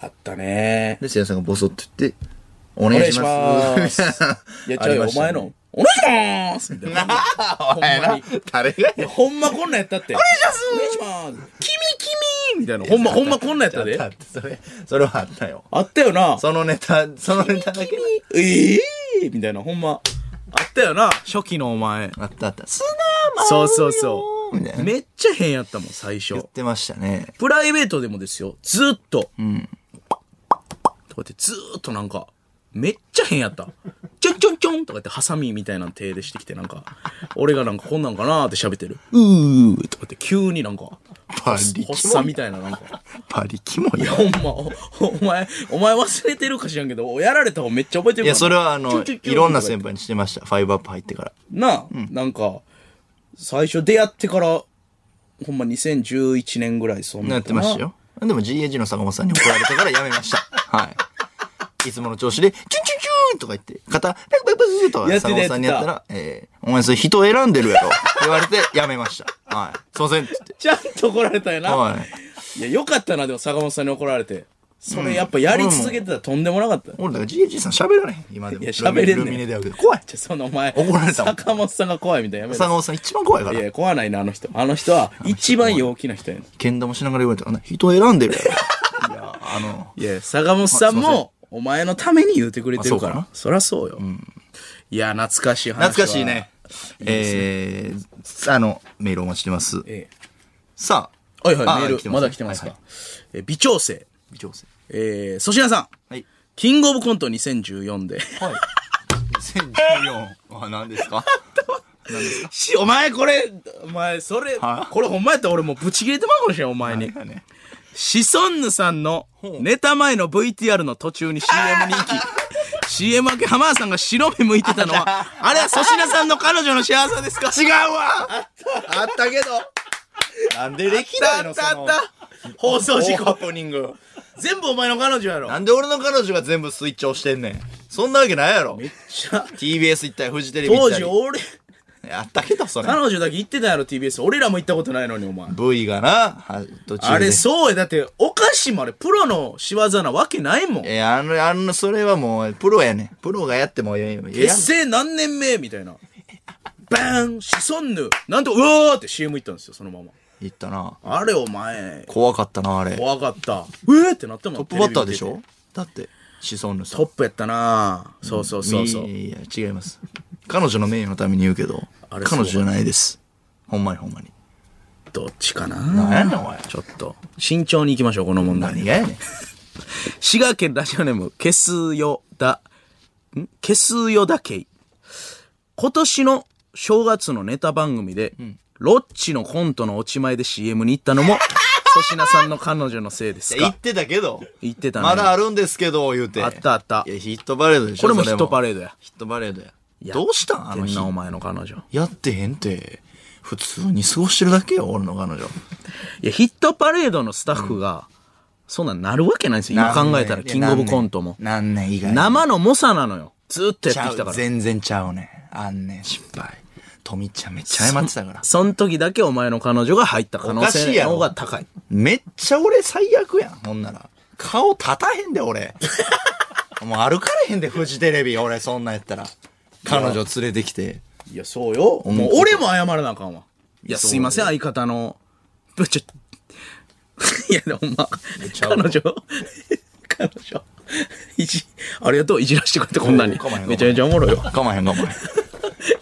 あったね。で、せいやさんがボソって言って、おお願願いいししま。ますす。 <laughs> やっちあゃうりよ、まおしたね前の。お願いしますみたいな。ほんまに。誰がやいやほんまこんなんやったって。お願いしますお願いします君君みたいな。ほんま、ほんまこんなんやったでだ。ってそれ、それはあったよ。あったよな。そのネタ、そのネタだけ。ええみたいな、ほんま。あったよな。初期のお前。あったあった。すそうそうそみたいなう。めっちゃ変やったもん、最言っ初。てましたね。プライベートでもですよ。ずーっと。とかってずーっとなんか、めっちゃ変やった。ちょんちょんちょんとかってハサミみたいな手でしてきてなんか、俺がなんかこんなんかなーって喋ってる。うーとかって急になんか、パ発作みたいななんか。パリキモいよ。ほんま、おお前、お前忘れてるかしらんけど、やられた方めっちゃ覚えてるいからや、それはあキュの、ンキュンキュンいろんな先輩にしてました。ファイブアップ入ってから。なあ、なんか、最初出会ってから、ほんま2011年ぐらいそんなってましたよ。でも GAG の坂本さんに怒られたからやめました。はい。いつもの調子で、チュンチュンチュンとか言って、肩、ペクペクペクとか、やってた佐野さんにやったら、えー、お前それ人選んでるやろ。言われて、やめました。はい。すいません、つって。ちゃんと怒られたよな。はい。いや、よかったな、でも坂本さんに怒られて。それやっぱやり続けてたらとんでもなかった。俺、だから GHG さん喋られへん。今でも。いや喋れんねんルミルミネで会うけど、怖い。じゃ、そのお前、怒られたもん坂本さんが怖いみたいなやめ佐ろ。野さん一番怖いかいら。や、怖ないな、あの人。あの人は、一番陽気な人やねん。けん玉しながら言われたら、あんな人選んでるやろ。いや、あの、いや、坂本さんあすいまも、お前のために言うてくれてるかあそうからな。そらそうよ。いや、懐かしい話は。懐かしいね。。えー、あの、メールお待ちしてます。ええさあ。はいはあい、メ来ーてル、ますまだ来てまはすかいは。えー微調整。い微調整。えー、粗品さん。はい。キングオブコント2014で。はい。2014は何ですか <laughs> しお前これ、お前それ、はこれほんまやったら俺もうブチ切れてまうかもしれん、お前に。シソンヌさんのネタ前の VTR の途中に CM に行 <laughs> き、CM 明け浜田さんが白目向いてたのは、 <laughs> あれは粗品さんの彼女の幸せですか違うわあったけど。なんで歴代あっのたそあのった。 <laughs> 放送事ハ故。プニング。全部お前の彼女やろ。なんで俺の彼女が全部スイッチ押してんねん。そんなわけないやろ。TBS 行ったり、フジテレビ行っ当たり。時俺、やったけど、それ。 <laughs> 彼女だけ行ってたやろ TBS。俺らも行ったことないのにお前。 V がな、は途中で。あれそうや。だって、お菓子もあれプロの仕業なわけないもん。えあの、あの、それはもう、プロやねん。プロがやってもええやん。結成何年目みたいな。バーンシソンヌなんと、うわーって CM 行ったんですよ、そのまま。言ったな。あれお前、怖かったな、あれ。ト怖かった。うえーってなったもん。ップバッターでしテレょビ見ててだって、シソンヌさん。トップやったなそうそうそうそう。いやいや違います彼女の名誉のために言うけどあれ彼女じゃないですほんまにほんまにどっちか何やなねんおいちょっと、慎重に行きましょう、この問題何。がやねん滋賀県ラジオネーム、消すよだ、ん消すよだけい。今年の正月のネタ番組で、ロッチのコントの落ち前で CM に行ったの <laughs> も、粗品さんの彼女のせいです言っかてたけど言ってたねまだあるんですけど言うてあったあったいやヒットパレードでしょこれもヒそットパレードや。ヒットパレードややどうしたんあのみん日なお前の彼女。いやってへんって普通に過ごしてるだけよ俺の彼女や、ヒットパレードのスタッフが、そんなんなるわけないんですよ。今考えたら、キングオブコントも。何年以外に生の猛者なのよ。ずっとやってきたちゃかうら。全然ちゃうねんあんねん失敗富ちゃんめっちゃ謝ってたからその時だけお前の彼女が入った可能おかしい性やのろ方が高い。めっちゃ俺最悪やん、ほんなら。顔立たへんで、俺。 <laughs> もう歩かれへんで、フジテレビ、俺、そんなんやったら。彼女連れてきて。いや、そうよ。もう俺も謝らなあかんわ。いや、すいません、相方の。 <laughs> ぶちょ、いや、ほんま、ちゃう彼女、 <laughs> 彼女、いじ、ありがとう、いじらしてくれてこんなにおう構わへん。めちゃめちゃおもろいよ。かまへん、かまへん。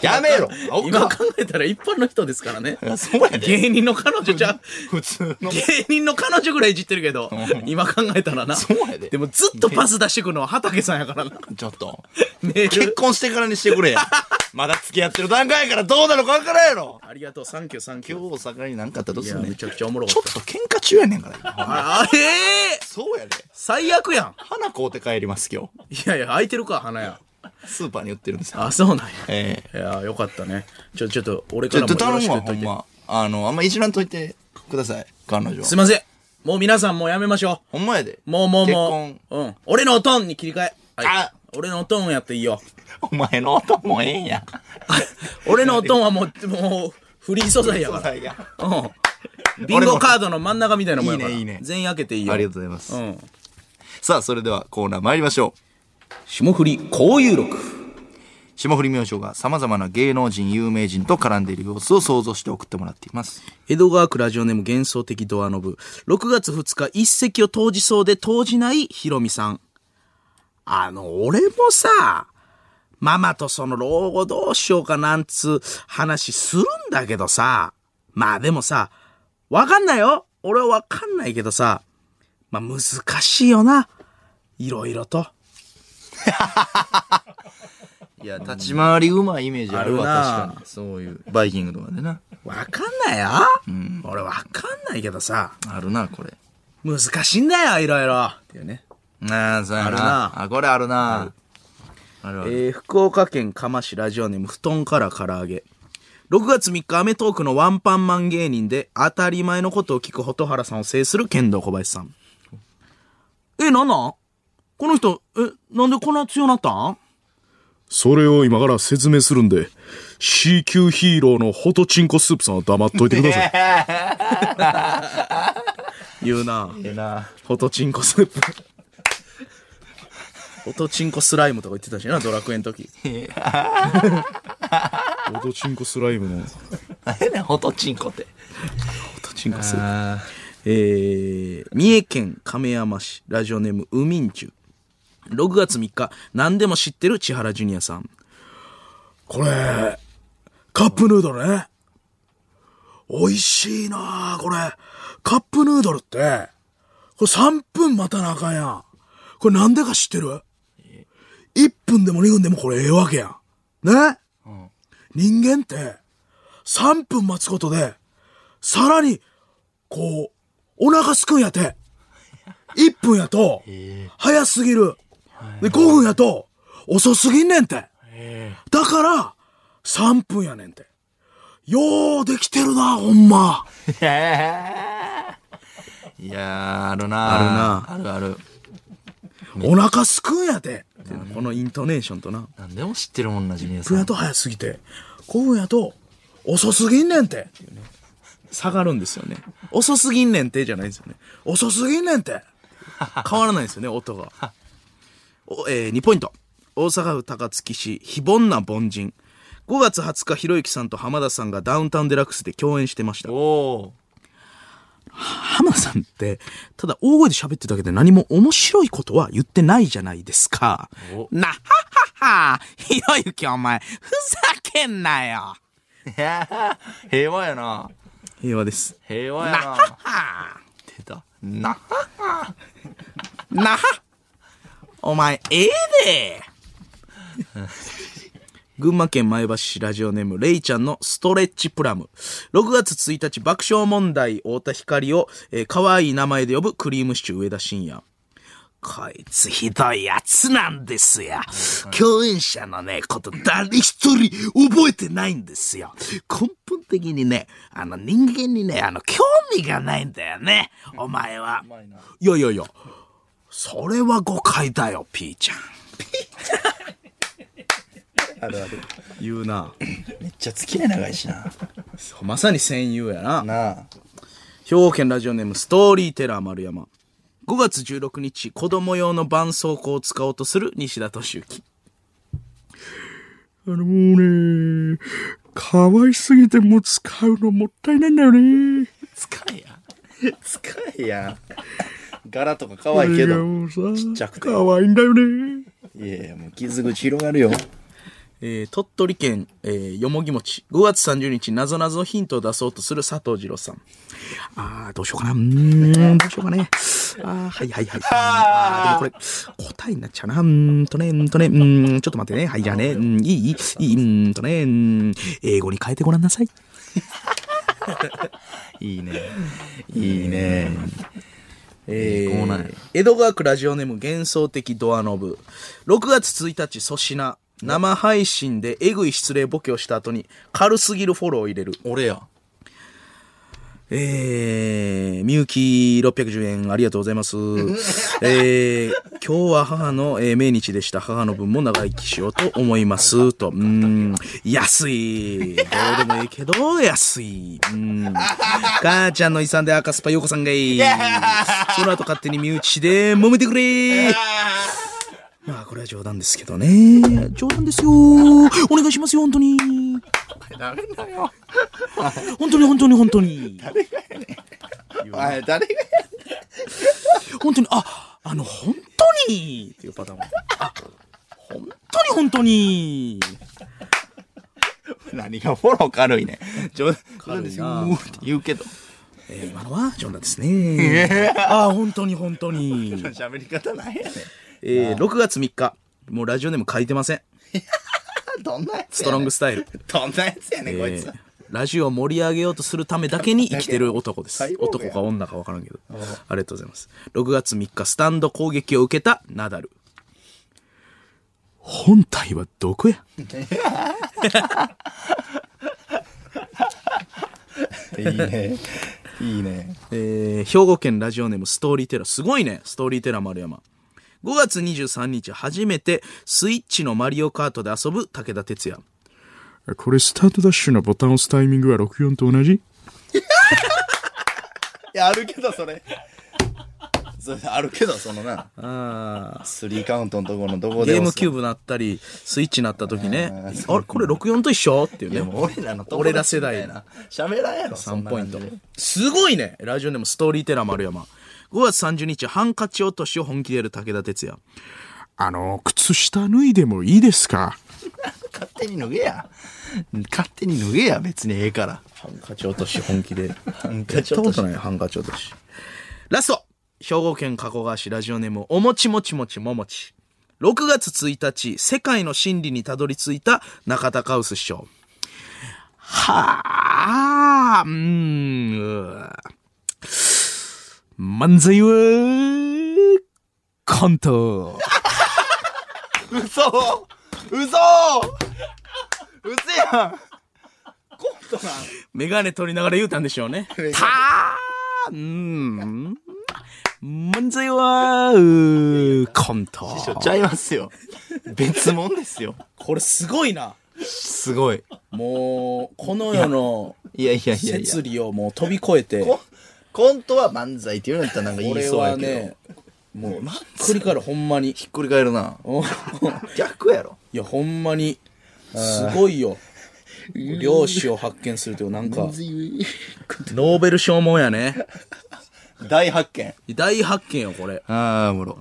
やめろ青今か。考えたら一般の人ですからねい。やそうやで。芸人の彼女じゃ、普通の。芸人の彼女ぐらいいじってるけど、今考えたらな。そうやでもずっとパス出してくるのは畑さんやか <laughs> らな。ちょっと。メール結婚してからにしてくれや。まだ付き合ってる段階やからどうなのかわからんやろ。ありがとう、サンキュー、サンキ今ュ日ー。お酒になんかあったらどういすや、んねん。めちちゃょっくちゃおもろかとった。喧嘩中やねんから。あれそうやで。最悪やん。花買うて帰ります、今いやいや、空いてるか、花屋。日。スーパーに売ってるんですよ。あ、そうなんや。ええいや、よかったね。ちょ、ちょっと、俺かちょらっもとよろ頼むしわ、く言っほといんて。ま。あの、あんまいじらんといてください、彼女。すいません。もう皆さんもうやめましょほんまやで。う。もうもうも結う。うん。俺のおとんに切り替え。はいあ俺のおとんやっていいよ。婚。お前の音もええんや。俺のおとんはもう、もう、フリー素材やから。いや。うん。ビンゴカードの真ん中みたいなもんやから。いいねいいね全員開けていいよ。ありがとうございます。うん。さあ、それではコーナー参りましょう。霜降り交友録。霜降り明星が様々な芸能人、有名人と絡んでいる様子を想像して送ってもらっています。江戸川区ラジオネーム幻想的ドアノブ。6月2日、一石を投じそうで投じないひろみさん。あの、俺もさ、ママとその老後どうしようかなんつう話するんだけどさ。まあでもさ、わかんないよ。俺はわかんないけどさ。まあ難しいよな。いろいろと。いや、立ち回りうまいイメージあるわ、あ確かるなに。そういう、バイキングとかでな。わかんないよ。俺わかんないけどさ。あるな、これ。難しいんだよ、いろいろ。っていうね。ああ、そうやな。あるなあ、これあるな。あるある。えー福岡県釜市ラジオネーム布団から唐揚げ6月3日アメトークのワンパンマン芸人で当たり前のことを聞く蛍原さんを制する剣道小林さんえなんなんこの人、え、なんでこんな強なったんそれを今から説明するんで、C 級ヒーローのホトチンコスープさんは黙っといてください。言うなええなフォトチンコスープ。フォトチンコスライムとか言ってたしな、ドラクエの時。 <laughs> ホトチンコスライムの。何やねん、ほとちんこって。フォトチンコスープ。えー、三重県亀山市、ラジオネーム、ウミンチュ。6月3日、何でも知ってる千原ジュニアさん。これ、カップヌードルね。美味しいなあこれ。カップヌードルって、これ3分待たなあかんやん。これなんでか知ってる ?1 分でも2分でもこれええわけやん。ね、人間って、3分待つことで、さらに、こう、お腹すくんやて。1分やと、早すぎる。で、5分やと、遅すぎんねんて。だから、3分やねんて。ようできてるな、ほんま。いやー、あるなあるなあるある。お腹すくんやて。このイントネーションとな。何でも知ってるもんな、ジュニア1さ分やん。と早すぎて、5分やと遅すぎんねんて。下がるんですよね。遅すぎんねんてじゃないんですよね。遅すぎんねんて。変わらないですよね、音が。おえー、2ポイント。大阪府高槻市、非凡な凡人。5月20日、ひろゆきさんと浜田さんがダウンタウンデラックスで共演してました。お浜田さんって、ただ大声で喋ってるだけで何も面白いことは言ってないじゃないですか。な、はははひろゆきお前、ふざけんなよー。平和やな平和です。平和やな出た。ななはお前、ええで群馬県前橋市ラジオネーム、レイちゃんのストレッチプラム。6月1日、爆笑問題、太田光を、えー、可愛い名前で呼ぶクリームシチュー上田晋也。こいつひどいやつなんですよ。共演者のね、こと誰一人覚えてないんですよ。根本的にね、あの人間にね、あの興味がないんだよね。お前は。いやいやいや、それは誤解だよ、ピーちゃん。ピーちゃんあるある。言うな。めっちゃ付き合い長いしな。まさに戦友やな。なあ。兵庫県ラジオネームストーリーテラー丸山5月16日子供用の絆創膏を使おうとする西田敏行あのね、可愛すぎてもう使うのもったいないんだよね。使えや。使えや。柄とか可愛いけど。ちっちゃくて可愛いんだよね。いやいや、もう傷口広がるよ。えー鳥取県、えーよもぎ餅。5月30日、なぞなぞのヒントを出そうとする佐藤二郎さん。あー、どうしようかな。うーん、どうしようかね。あー、はいはいはい。あー、でもこれ、答えになっちゃうな。うーんとね、うーんとね、うーん、ちょっと待ってね。はい、じゃあね、うん、いいいいいいうーんとね、うーん、英語に変えてごらんなさい。いいね。いいね。えコーナーやー、江戸川区ラジオネーム幻想的ドアノブ。6月1日、粗品。生配信でえぐい失礼ボケをした後に軽すぎるフォローを入れる。俺や。えー、みゆき610円ありがとうございます。えー、今日は母の、えー命日でした。母の分も長生きしようと思います。と、うーん、安い。どうでもいいけど、安い。うーん。母ちゃんの遺産で赤スパヨコさんがいい。その後勝手に身内で揉めてくれ。まあ、これは冗談ですけどね。冗談ですよ。お願いしますよ、本当に。本当に本当に本当に。あれ、誰が本当に、あ、あの、本当にっていうパターンも。あ、本当に本当に。何がフォロー軽いね。冗談ですよ。軽いなうーって言うけど。えー今のは冗談ですね。あ、本当に本当に。喋り方ないやねん。えー、6月3日。もうラジオネーム書いてません。どんなやつスやトねロんングスタイル。どんなやつやねん、こいえつー。ラジオを盛り上げようとするためだけに生きてる男です最。高や男か女か分からんけど。ありがとうございます。6月3日、スタンド攻撃を受けたナダル。本体はどこやいいね。いいね。えー兵庫県ラジオネームストーリーテラー。すごいね、ストーリーテラー丸山。 5月23日初めてスイッチのマリオカートで遊ぶ武田鉄矢。これスタートダッシュのボタンを押すタイミングは64と同じいや、あるけど、それ。それあるけど、そのな。スリーカウントのところのどこでゲ押ームす。キューブなったり、スイッチなった時ね。あれこれ64と一緒っていういや、ね。もう俺らのとこ俺ら世代な。喋らんやろ、そん3なポイン感じトで。。すごいねラジオネームストーリーテラー丸山。5月30日、ハンカチ落としを本気でやる武田鉄矢。あの靴下脱いでもいいですか勝手に脱げや。勝手に脱げや、別にええから。ハンカチ落とし本気で。ハンカチや落とったこしとない、ハンカチ落とし。ラスト兵庫県加古川市ラジオネーム、おもちもちもちももち。6月1日、世界の真理にたどり着いた中田カウス師匠。はあ、うーん、うー漫才はコント <laughs> 嘘嘘嘘やんコントなんメガネ取りながら言うたんでしょうね。あーうーん漫才はうーコントちょちゃいますよ。別物ですよ。これすごいな。すごい。もう、この世のいやいやいやいや摂。理をもう飛び越えて、コンコントは漫才っていうのやったらなんか言い俺そうはやけど。ね、もう、ひっくり返るほんまに。ひっくり返るな。逆やろ。いや、ほんまに、すごいよ。漁師を発見するという、なんか、ノーベル賞もんやね。大発見。大発見よ、これ。あー、おもろ。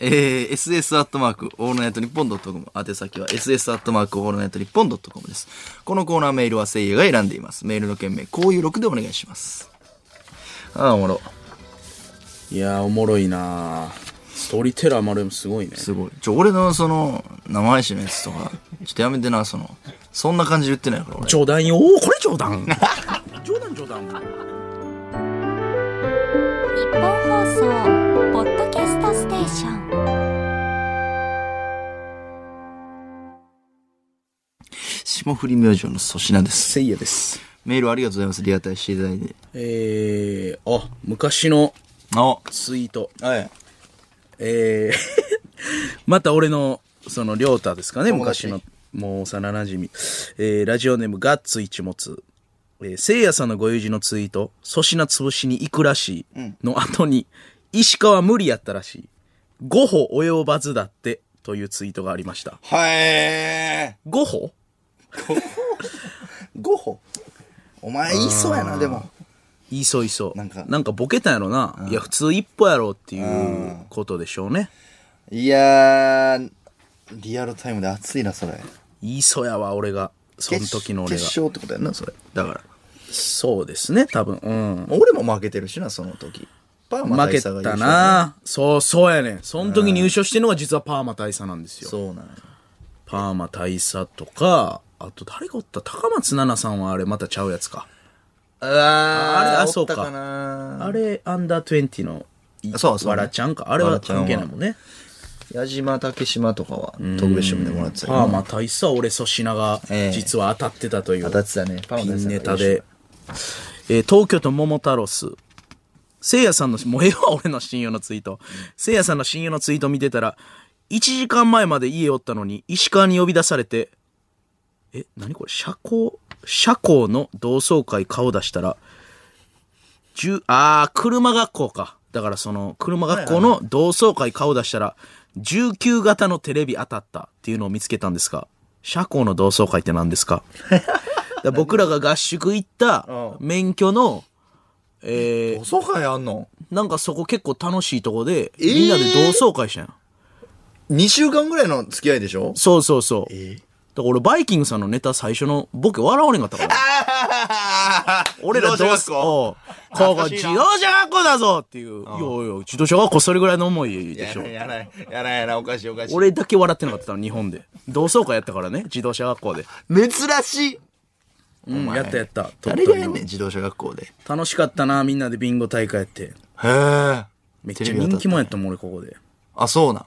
えー、ss アットマークオールナイトニッポンドットコム宛先は ss アットマークオールナイトニッポンドットコムですこのコーナーメールは声優が選んでいますメールの件名こういう6でお願いしますああおもろいやー、おもろいなーストーリーテラー丸山すごいね。すごいちょ俺のその生配信のやつとかちょっとやめてなそのそんな感じで言ってないから俺冗談よーこれ冗談冗談冗談。日本放送ポッドキャストステーション霜降り明星の粗品ですせいやです。メールありがとうございますリアタイしていただいてえー、あ、昔のあツイート。はいえー、 <laughs> また俺の、その、りょうたですかね、友達昔の、もう幼馴染み。えー、ラジオネームガッツ一物。えー、せいやさんのご友人のツイート、粗品潰しに行くらしい、の後に、石川無理やったらしい。5歩及ばずだって、というツイートがありました。はい5歩5歩お前言いそうやなでも言いそういそう。ななんんかか、ボケたんやろな。いや、普通一歩やろっていうことでしょうね。いやー、リアルタイムで熱いな、それ。言いそうやわ、俺が。その時の俺決が。勝ってことやんな、それ。だから。そうですね、多分。うん。俺も負けてるしな、その時。パーマ負大け佐が優た勝ね。な、そう、そうやねん。その時入賞してるのが実はパーマ大佐なんですよ。そうなのよ。パーマ大佐とか、あと誰がおった高松菜奈さんはあれまたちゃうやつか。ああれあおそっうたかかなあれ、アンダー20のい、そうそうわらちゃんか。あれわらはちゃんは関係ないもんね。矢島竹島とかは特別賞でもらってたけどパーマ大佐は俺粗品がええ実は当たってたという。当たってたね。パーマピ大佐ンが優ネ勝タで。。えー東京都桃太郎ス。せいやさんの、もうええわ、俺の親友のツイート。せいやさんの親友のツイート見てたら、1時間前まで家おったのに、石川に呼び出されて、え、何これ、社交、社交の同窓会顔出したら、十あー、車学校か。だからその、車学校の同窓会顔出したら、19型のテレビ当たったっていうのを見つけたんですが、社交の同窓会って何ですかだから僕らが合宿行った免許の、えー、同窓会あんのなんかそこ結構楽しいとこで、ーみんなで同窓会したんや。 ?2 週間ぐらいの付き合いでしょそうそうそう。えだから俺、バイキングさんのネタ最初のボケ笑われんかったから。 <laughs> 俺ら同どう窓す、校おうここ自動車学校だぞっていう。いやいや、自動車学校それぐらいの思いでやしょら。やらやらやらおかしいおかしい。俺だけ笑ってなかったの、日本で。同窓会やったからね、自動車学校で。珍しい。うん、やったやった。誰がやんねん、鳥取自動車学校で。の楽しかったな、みんなでビンゴ大会やって。へえ。めっちゃ人気もんやったもん、俺ここで。あ、そうなん。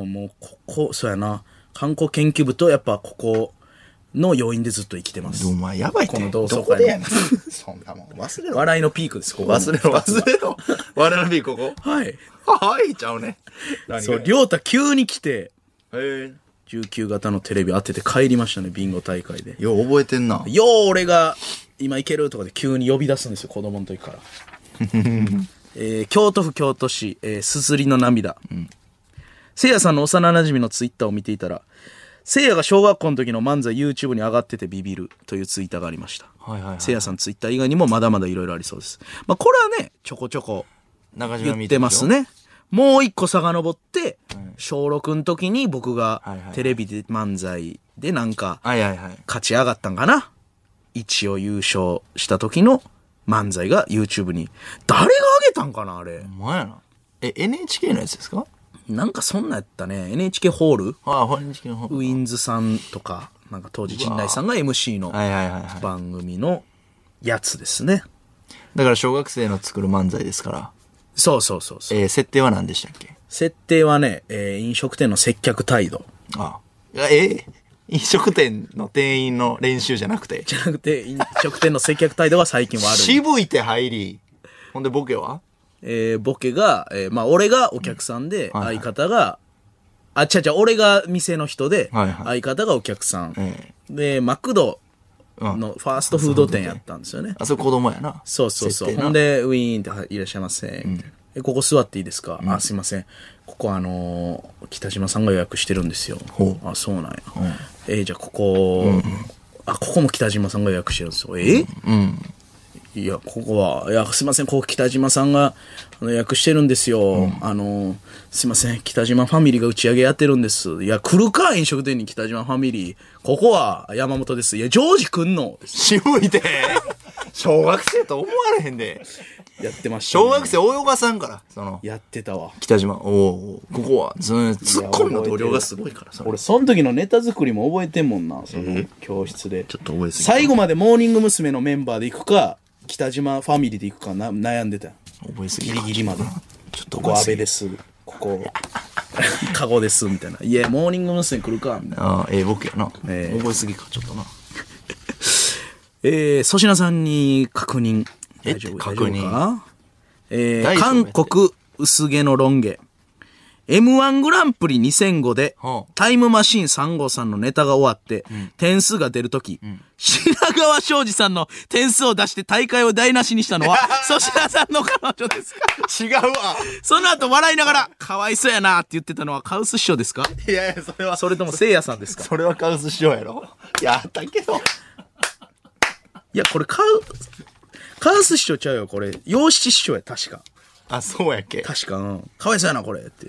うん、もうここ、そうやな。観光研究部とやっぱここ、の要因でずっと生きてますお。前やばいって。この同窓会どこでやねん。そんなもん。忘れろ。笑いのピークです、ここ。忘れろ、忘れろ。我々のビーここ。はい。はい、ちゃうね。そう、りょうた急に来て、へえ。 19型のテレビ当てて帰りましたね、ビンゴ大会で。よう覚えてんな。よう俺が、今行けるとかで急に呼び出すんですよ、子供の <laughs> 時から。えー京都府京都市、えーすすりの涙。せいやさんの幼馴染のツイッターを見ていたら、せいやが小学校の時の漫才 YouTube に上がっててビビるというツイッターがありました。はいはいはいせいやさんツイッター以外にもまだまだいろいろありそうです。まあこれはね、ちょこちょこ中島言見ってます。ね。もう一個遡って、小6の時に僕はがいはいテレビで漫才でなんかはいはいはい。勝ち上がったんかな。一応優勝した時の漫才が YouTube に。誰が上げたんかなあれ。お前やな。え、NHK のやつですかなんかそんなんやったね。NHK ホールああ、NHK の方。ウィンズさんとか、なんか当時陣内さんが MC のはいはいはいはい。番組のやつですね。だから小学生の作る漫才ですから。そうそうそうそう。えー、設定は何でしたっけ設定はね、えー飲食店の接客態度。 <laughs> ああ。え飲食店の店員の練習じゃなくて。じゃなくて、飲食店の接客態度が最近悪い。渋いて入り。ほんでボケはえーボケが、えーまあ、俺がお客さんで、はいはい相方が、あ、ちゃちゃ、俺が店の人で、はいは相方がお客さん、えで、マクドうんのファーストフード店やったんですよね。あ、それ子供やな。そうそうそう。設定ほな。んで、ウィーンってはい、いらっしゃいませ、みたいなえ、ここ座っていいですか、あ、すいません。ここあのー北島さんが予約してるんですよ。ほうあ、そうなんや。えーじゃあここ、あ、ここも北島さんが予約してるんですよ。えいや、ここは、いや、すいません、ここ北島さんがあの予約してるんですよ。あの、すいません、北島ファミリーが打ち上げやってるんです。いや、来るか、飲食店に北島ファミリー。ここは山本です。いや、ジョージ来んのです渋 <laughs> いて。小学生と思われへんで。やってましたね、小学生泳がさんから、その。やってたわ。北島、おおここは、ずーツッコミの同僚がすごいからさ。俺、その時のネタ作りも覚えてんもんな、その教室で。ちょっと覚えすぎた最後までモーニング娘。のメンバーで行くか、北島ファミリーで行くかな悩んでた。覚えすぎギたリギリまで。ちょっとここ覚え安す倍ぎたです。ここ、 <laughs> カゴです。みたいな。いや、モーニング娘。来るか。みたいな。ああ、ええボケやな。ええ覚えすぎか、ちょっとな。えー、粗品さんに確認。え大丈夫確認大丈夫かえー大丈夫や韓って国薄毛のロン毛。M1 グランプリ2005ではあ、タイムマシーン3号さんのネタが終わって、点数が出るとき、品川庄司さんの点数を出して大会を台無しにしたの <laughs> は、粗品さんの彼女ですか違うわ。その後笑いながら、かわいそうやなって言ってたのはカウス師匠ですかいやいや、それは、それとも聖夜さんですかそれはカウスしようやろ。やったけど。いや、これカウ、カウス師匠ちゃうよ、これ。洋七師匠や、確か。あ、そうやっけ。確か、うん。かわいそうやな、これ。って。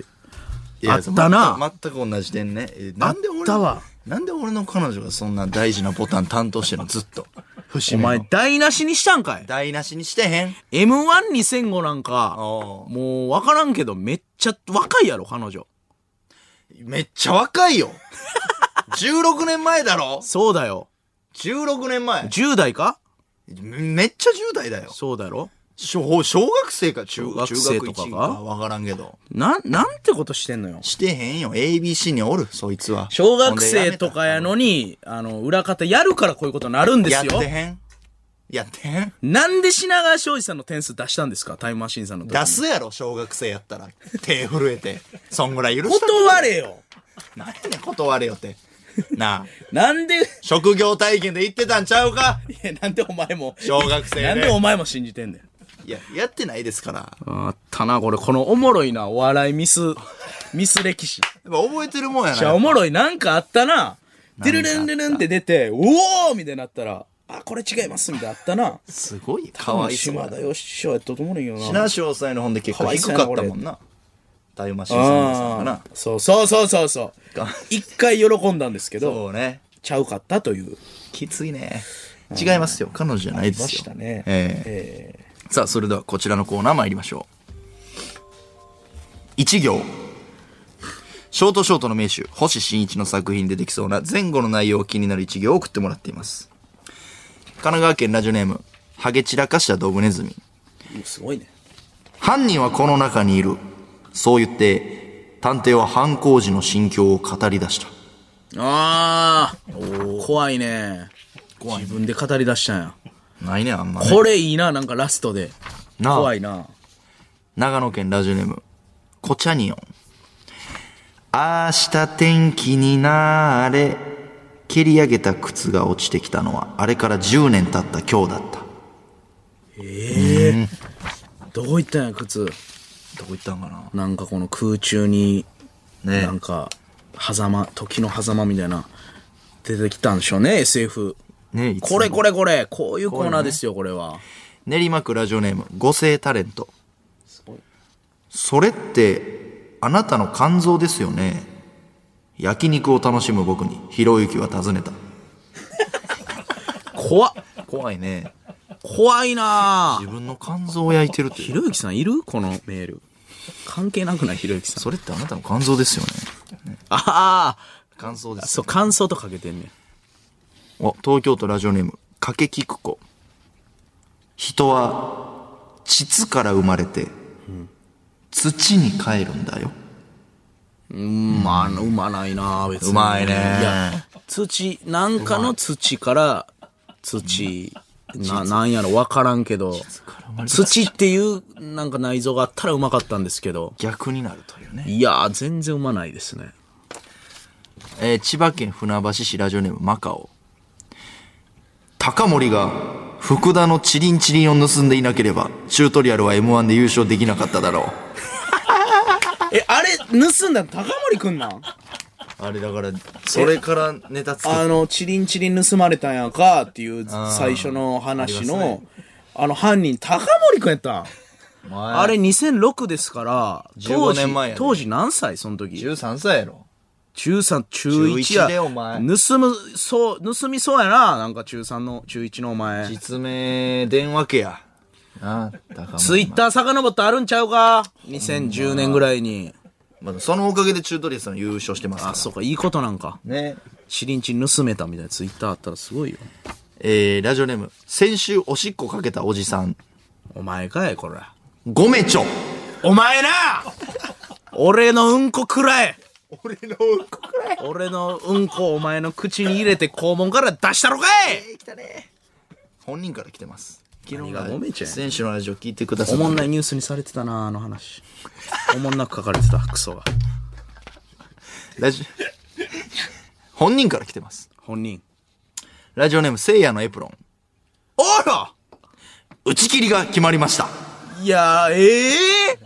いやあったな全く全く同じ点ね。えなんで俺のあったわ。なんで俺の彼女がそんな大事なボタン担当してんの、ずっと。節お目の前、台無しにしたんかい台無しにしてへん。 ?M12005 なんか、おうもうわからんけど、めっちゃ若いやろ、彼女。めっちゃ若いよ。16年前だろそうだよ。 16年前。 10代かめめっちゃ10代だよ。そうだろ小小学生か中小学生とかが中学一かわからんけど。なん、なんてことしてんのよ。してへんよ。ABC におる、そいつは。小学生とかやのに。に、あの、裏方やるからこういうことになるんでやっすよて。へん。やってへん。なんで品川庄司さんの点数出したんですかタイムマシーンさんの時に出すやろ、小学生やったら。手震えて。そんぐらい許した断れよなんやねん、断れよって。なあ。なんで、い職業体験で言ってたんちゃうかや、なんでお <laughs> 前も、小学生で。なんでお前も信じてんねん。いや、やってないですから。あったな、これ。このおもろいな、お笑い <laughs> ミス、ミス歴史。やっぱ覚えてるもんやな。じゃあおもろい、なんかあったな。かあったてるるんるるんって出て、おおみたいになったら、あ、これ違います、みたいなあったな。すごい。かわいそう。島田よし師匠やったと思うんやけど品な。川詳細の本で結構かわい低そうかやなったもんな。タイムマシーンさんあかなあ。、そうそうそうそうそうか。一回喜んだんですけど、そうね。ちゃうかったという。きついね。違いますよ。彼女じゃないですよ。ましたねええええさあ、それではこちらのコーナー参りましょう。一行。ショートショートの名手、星新一の作品でできそうな前後の内容を気になる一行を送ってもらっています。神奈川県ラジオネーム、ハゲ散らかしたドブネズミ。もうすごいね。犯人はこの中にいる。そう言って、探偵は犯行時の心境を語り出した。あー、怖いね。自分で語り出したんや。ないね、あんまね、これいいな、なんかラストで。なあ怖いな。長野県ラジオネーム、コチャニオン。明日天気になれ。蹴り上げた靴が落ちてきたのは、あれから10年経った今日だった。どこ行ったんや、靴。どこ行ったんかななんかこの空中に、ねなんか、狭間、時の狭間みたいな、出てきたんでしょうね、SF。ねいつもこれこれこれ、こういうコーナーですよ、これは。練馬区ラジオネーム、五星タレント。それって、あなたの肝臓ですよね。焼肉を楽しむ僕に、ひろゆきは尋ねた。怖っ。怖いね。怖いなぁ自分の肝臓を焼いてるってひ。ろゆきさんいるこのメール。関係なくないひろゆきさん。それってあなたの肝臓ですよね。あ肝臓であ、す。そう、感想とかけてんねん。お、東京都ラジオネーム、かけきくこ。人は、膣から生まれて、土に帰るんだよ。うん、まあ、うまないな別に。うまいねいや、土、なんかの土から、土、な、なんやろ、わからんけど、土っていう、なんか内臓があったらうまかったんですけど、逆になるというね。いやー、全然うまないですね。えー千葉県船橋市ラジオネームマカオ。高森が福田のチリンチリンを盗んでいなければ、チュートリアルは M1 で優勝できなかっただろえ、あれ、盗んだの高森くんなんう。あれだから、それからネタ作あっの、チリンチリン盗まれたんやんかっていう最初の話の、あ,、ありますの、犯人、高森くんやったんあれ2006ですから、当時15年前やね当時何歳その時13歳やろ。中3、中1や。中一でお前盗む、そう、盗みそうやな。なんか中3の、中1のお前。実名電話家や。ああ、高森。ツイッター遡ってあるんちゃうか ?2010 年ぐらいに。まあそのおかげでチュートリアルさん優勝してますかあ、ら。そうか、いいことなんか。ね。チリンチン盗めたみたいなツイッターあったらすごいよ。えー、ラジオネーム、先週おしっこかけたおじさん、お前かい、これ。ごめちょ。お前な俺のうんこくらえ俺のうんこくらい。俺のうんこをお前の口に入れて肛門から出したろかいえー、来たね。本人から来てます。昨何日ががごめちょや選手のラジオ聞いてくださおい。もんないニュースにされてたなあの話おもんなく書かれてたクソがラジ <laughs> オ本人から来てます。本人ラジオネーム、せいやのエプロン。あら打ち切りが決まりました。いやーええ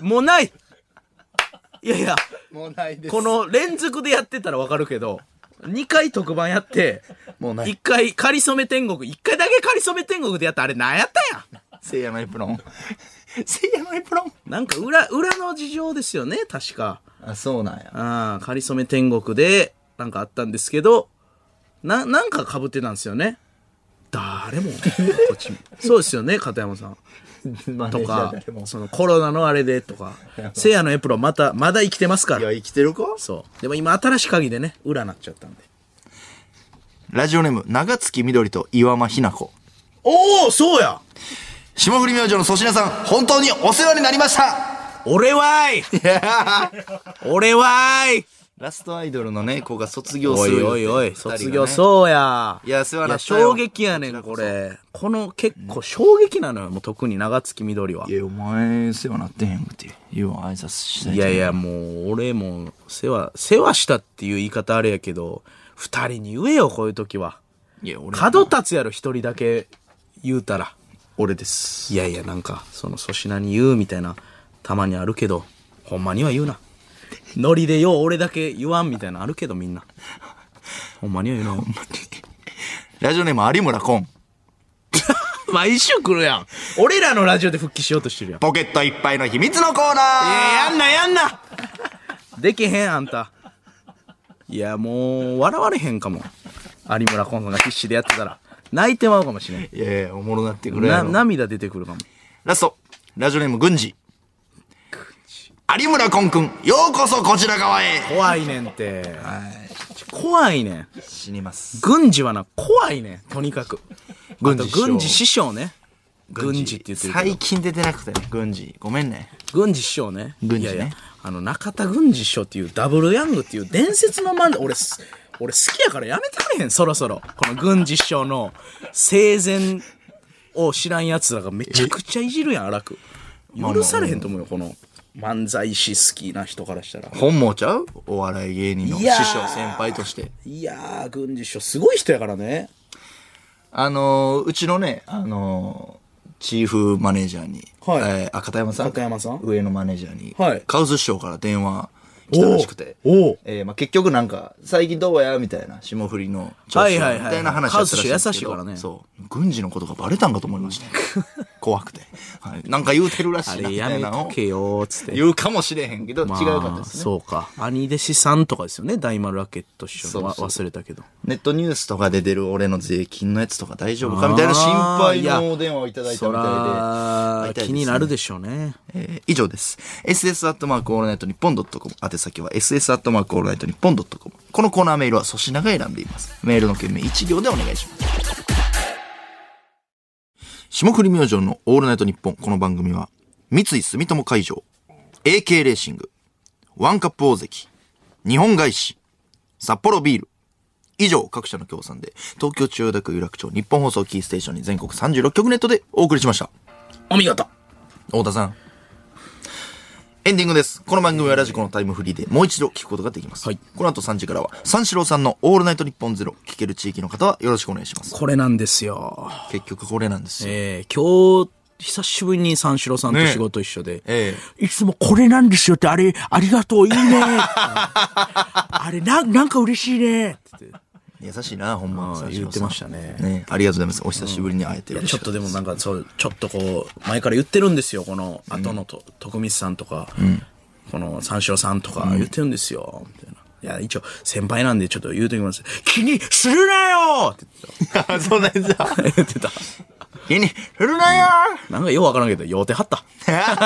もうないいやいやもうないでこの連続でやってたらわかるけど2回特番やってもうない1回「かりそめ天国」1回だけ「かりそめ天国」でやったあれ何やったんやせいやのエプロン。 <laughs> せいやのエプロン。なんか裏裏の事情ですよね確かあ、そうなんや。ああ、かりそめ天国で、なんかあったんですけど、な、なんか被ってたんですよね。誰も、 <laughs> こっちそうですよね、片山さん。ととか、そのコロナのあれでと <laughs> か、せいやのエプロンまた、まだ生きてますかいや、ら。生きてるかそう。でも今新しい鍵でね、裏なっちゃったんで。ラジオネーム、長月みどりと岩間ひな子。おおそうや霜降り明星の粗品さん、本当にお世話になりました俺はーい <laughs> 俺はーいラストアイドルのね、子が卒業おするい予定。おいおい、二人がね卒業そうや。いや世話なったよ衝撃やねん、これ。この結構衝撃なのよ、もう特に長月みどりは。いや、お前、世話なってへんくて、言うわ、挨拶したいやいや、もう、俺も、世話、世話したっていう言い方あれやけど、二人に言えよ、こういう時は。いや、俺、角立つやろ、一人だけ言うたら。俺です。いやいや、なんか、その粗品に言うみたいな、たまにあるけど、ほんまには言うな。ノリでよう俺だけ言わんみたいなあるけど、みんな。ほんまには言うなよ。ラジオネーム、有村コン。毎週来るやん。俺らのラジオで復帰しようとしてるやん。ポケットいっぱいの秘密のコーナいーや、やんな、やんなできへん、あんた。いや、もう、笑われへんかも。有村コンさんが必死でやってたら、泣いてまうかもしれん。いやいや、おもろなってくれやな、ろ涙出てくるかも。ラスト、ラジオネーム、軍事。有村コンくん、ようこそこちら側へ怖いねんて。怖いねん。死にます。軍事はな、怖いねん。とにかく。軍軍事師匠事師匠。軍事師匠ね。軍事って言ってるけど。最近出てなくてね、軍事。ごめんね。軍事師匠ね。軍事いやいやね。あの、中田軍事師匠っていうダブルヤングっていう伝説の漫才、俺す、俺好きやからやめてくれへん、そろそろ。この軍事師匠の生前を知らん奴らがめちゃくちゃいじるやん、荒く。許されへんと思うよ、この漫才師好きな人からしたら。本望ちゃうお笑い芸人のい師やー匠先輩として。いやー、軍事師匠すごい人やからね。あのーうちのね、あのーチーフマネージャーに、はいえー赤田山さん赤山さん上のマネージャーに、はいカウス師匠から電話来たらしくて、おうえーまあ、結局なんか、最近どうやみたいな、霜降りの調は子いみはいはいたいな話だったらしいんですけどカウス師匠優しいからねそう。軍事のことがバレたんかと思いましたよ怖くて。はい。なんか言うてるらあしいな、れみやたいめなのとをけよー、つって。言うかもしれへんけど、まあ違うかったですね。そうか。兄弟子さんとかですよね、大丸ラケット師匠のわそうそう忘れたけど。ネットニュースとかで出る俺の税金のやつとか大丈夫かみたいな心配あーいのやお電話をいただいたそみたいで会いらたいですね気になるでしょうね。えー以上です。ss アットマークオールナイトニッポンドットコム。宛先は ss アットマークオールナイトニッポンドットコム。このコーナーメールは粗品が選んでいます。メールの件名1行でお願いします。霜降り明星のオールナイトニッポン。この番組は、三井住友海上、AK レーシング、ワンカップ大関、日本外資、札幌ビール、以上各社の協賛で、東京千代田区有楽町日本放送キーステーションに全国36局ネットでお送りしました。お見事太田さん。エンディングです。この番組はラジコのタイムフリーでもう一度聞くことができます。はいこの後3時からは、三四郎さんのオールナイトニッポンゼロ、聞ける地域の方はよろしくお願いします。これなんですよ。結局これなんですよ。えー、今日、久しぶりに三四郎さんとねえ仕事一緒で、えいつもこれなんですよって、あれ、ありがとう、いいね。 <laughs> あれ、なん、なんか嬉しいね。ってえ優しいな、ほんま。ああ三四郎さん言ってましたねねえありがとうございます。お久しぶりに会えてるちょっとでもなんか、そう、ちょっとこう、前から言ってるんですよ。この、後のと、徳光さんとか、この三四郎さんとか言ってるんですよ。みたいな。いや、一応、先輩なんでちょっと言うときます。気にするなよっ <laughs> てそんなやつだ。 <laughs> 言ってた。言ってた。気に振るなよなんかようわからんけど、酔うてはった。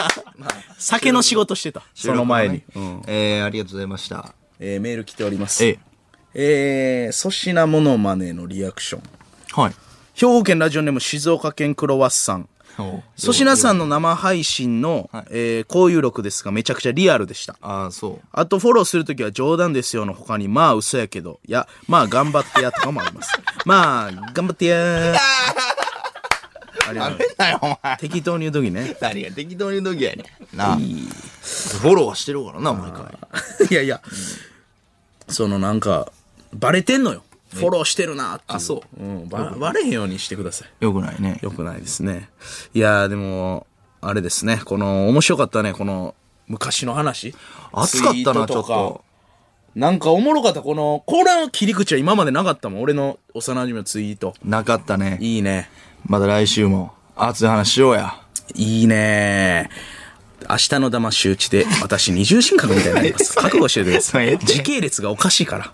<laughs> 酒の仕事してた。その前に。収録のねええありがとうございました。えーメール来ております。えええー、粗品モノマネのリアクション。はい。兵庫県ラジオネーム静岡県クロワッサン。粗品さんの生配信の、はいえー交友録ですがめちゃくちゃリアルでした。ああ、そう。あとフォローするときは冗談ですよの他に、まあ嘘やけど、いや、まあ頑張ってやとかもあり <laughs> ます。まあ、頑張って <laughs> やあれ食べなよ、お前。適当に言うときね。何が適当に言うときやねん。なあ。フォローはしてるからな、毎回。 <laughs> いやいや、そのなんか、バレてんのよ。フォローしてるなっていう。あそううん、ばバレへんようにしてください。よくないね。よくないですね。いやーでも、あれですね。この、面白かったね。この、昔の話。暑かっツイーたな、トちょとっかと。。なんかおもろかった。この、この切り口は今までなかったもん。俺の幼馴染のツイート。なかったね。いいね。また来週も熱い話しようや。いいね明 <laughs> 日の騙し討ちで、私二重人格みたいになります。覚悟しておいてくださええっい。て時系列がおかしいから。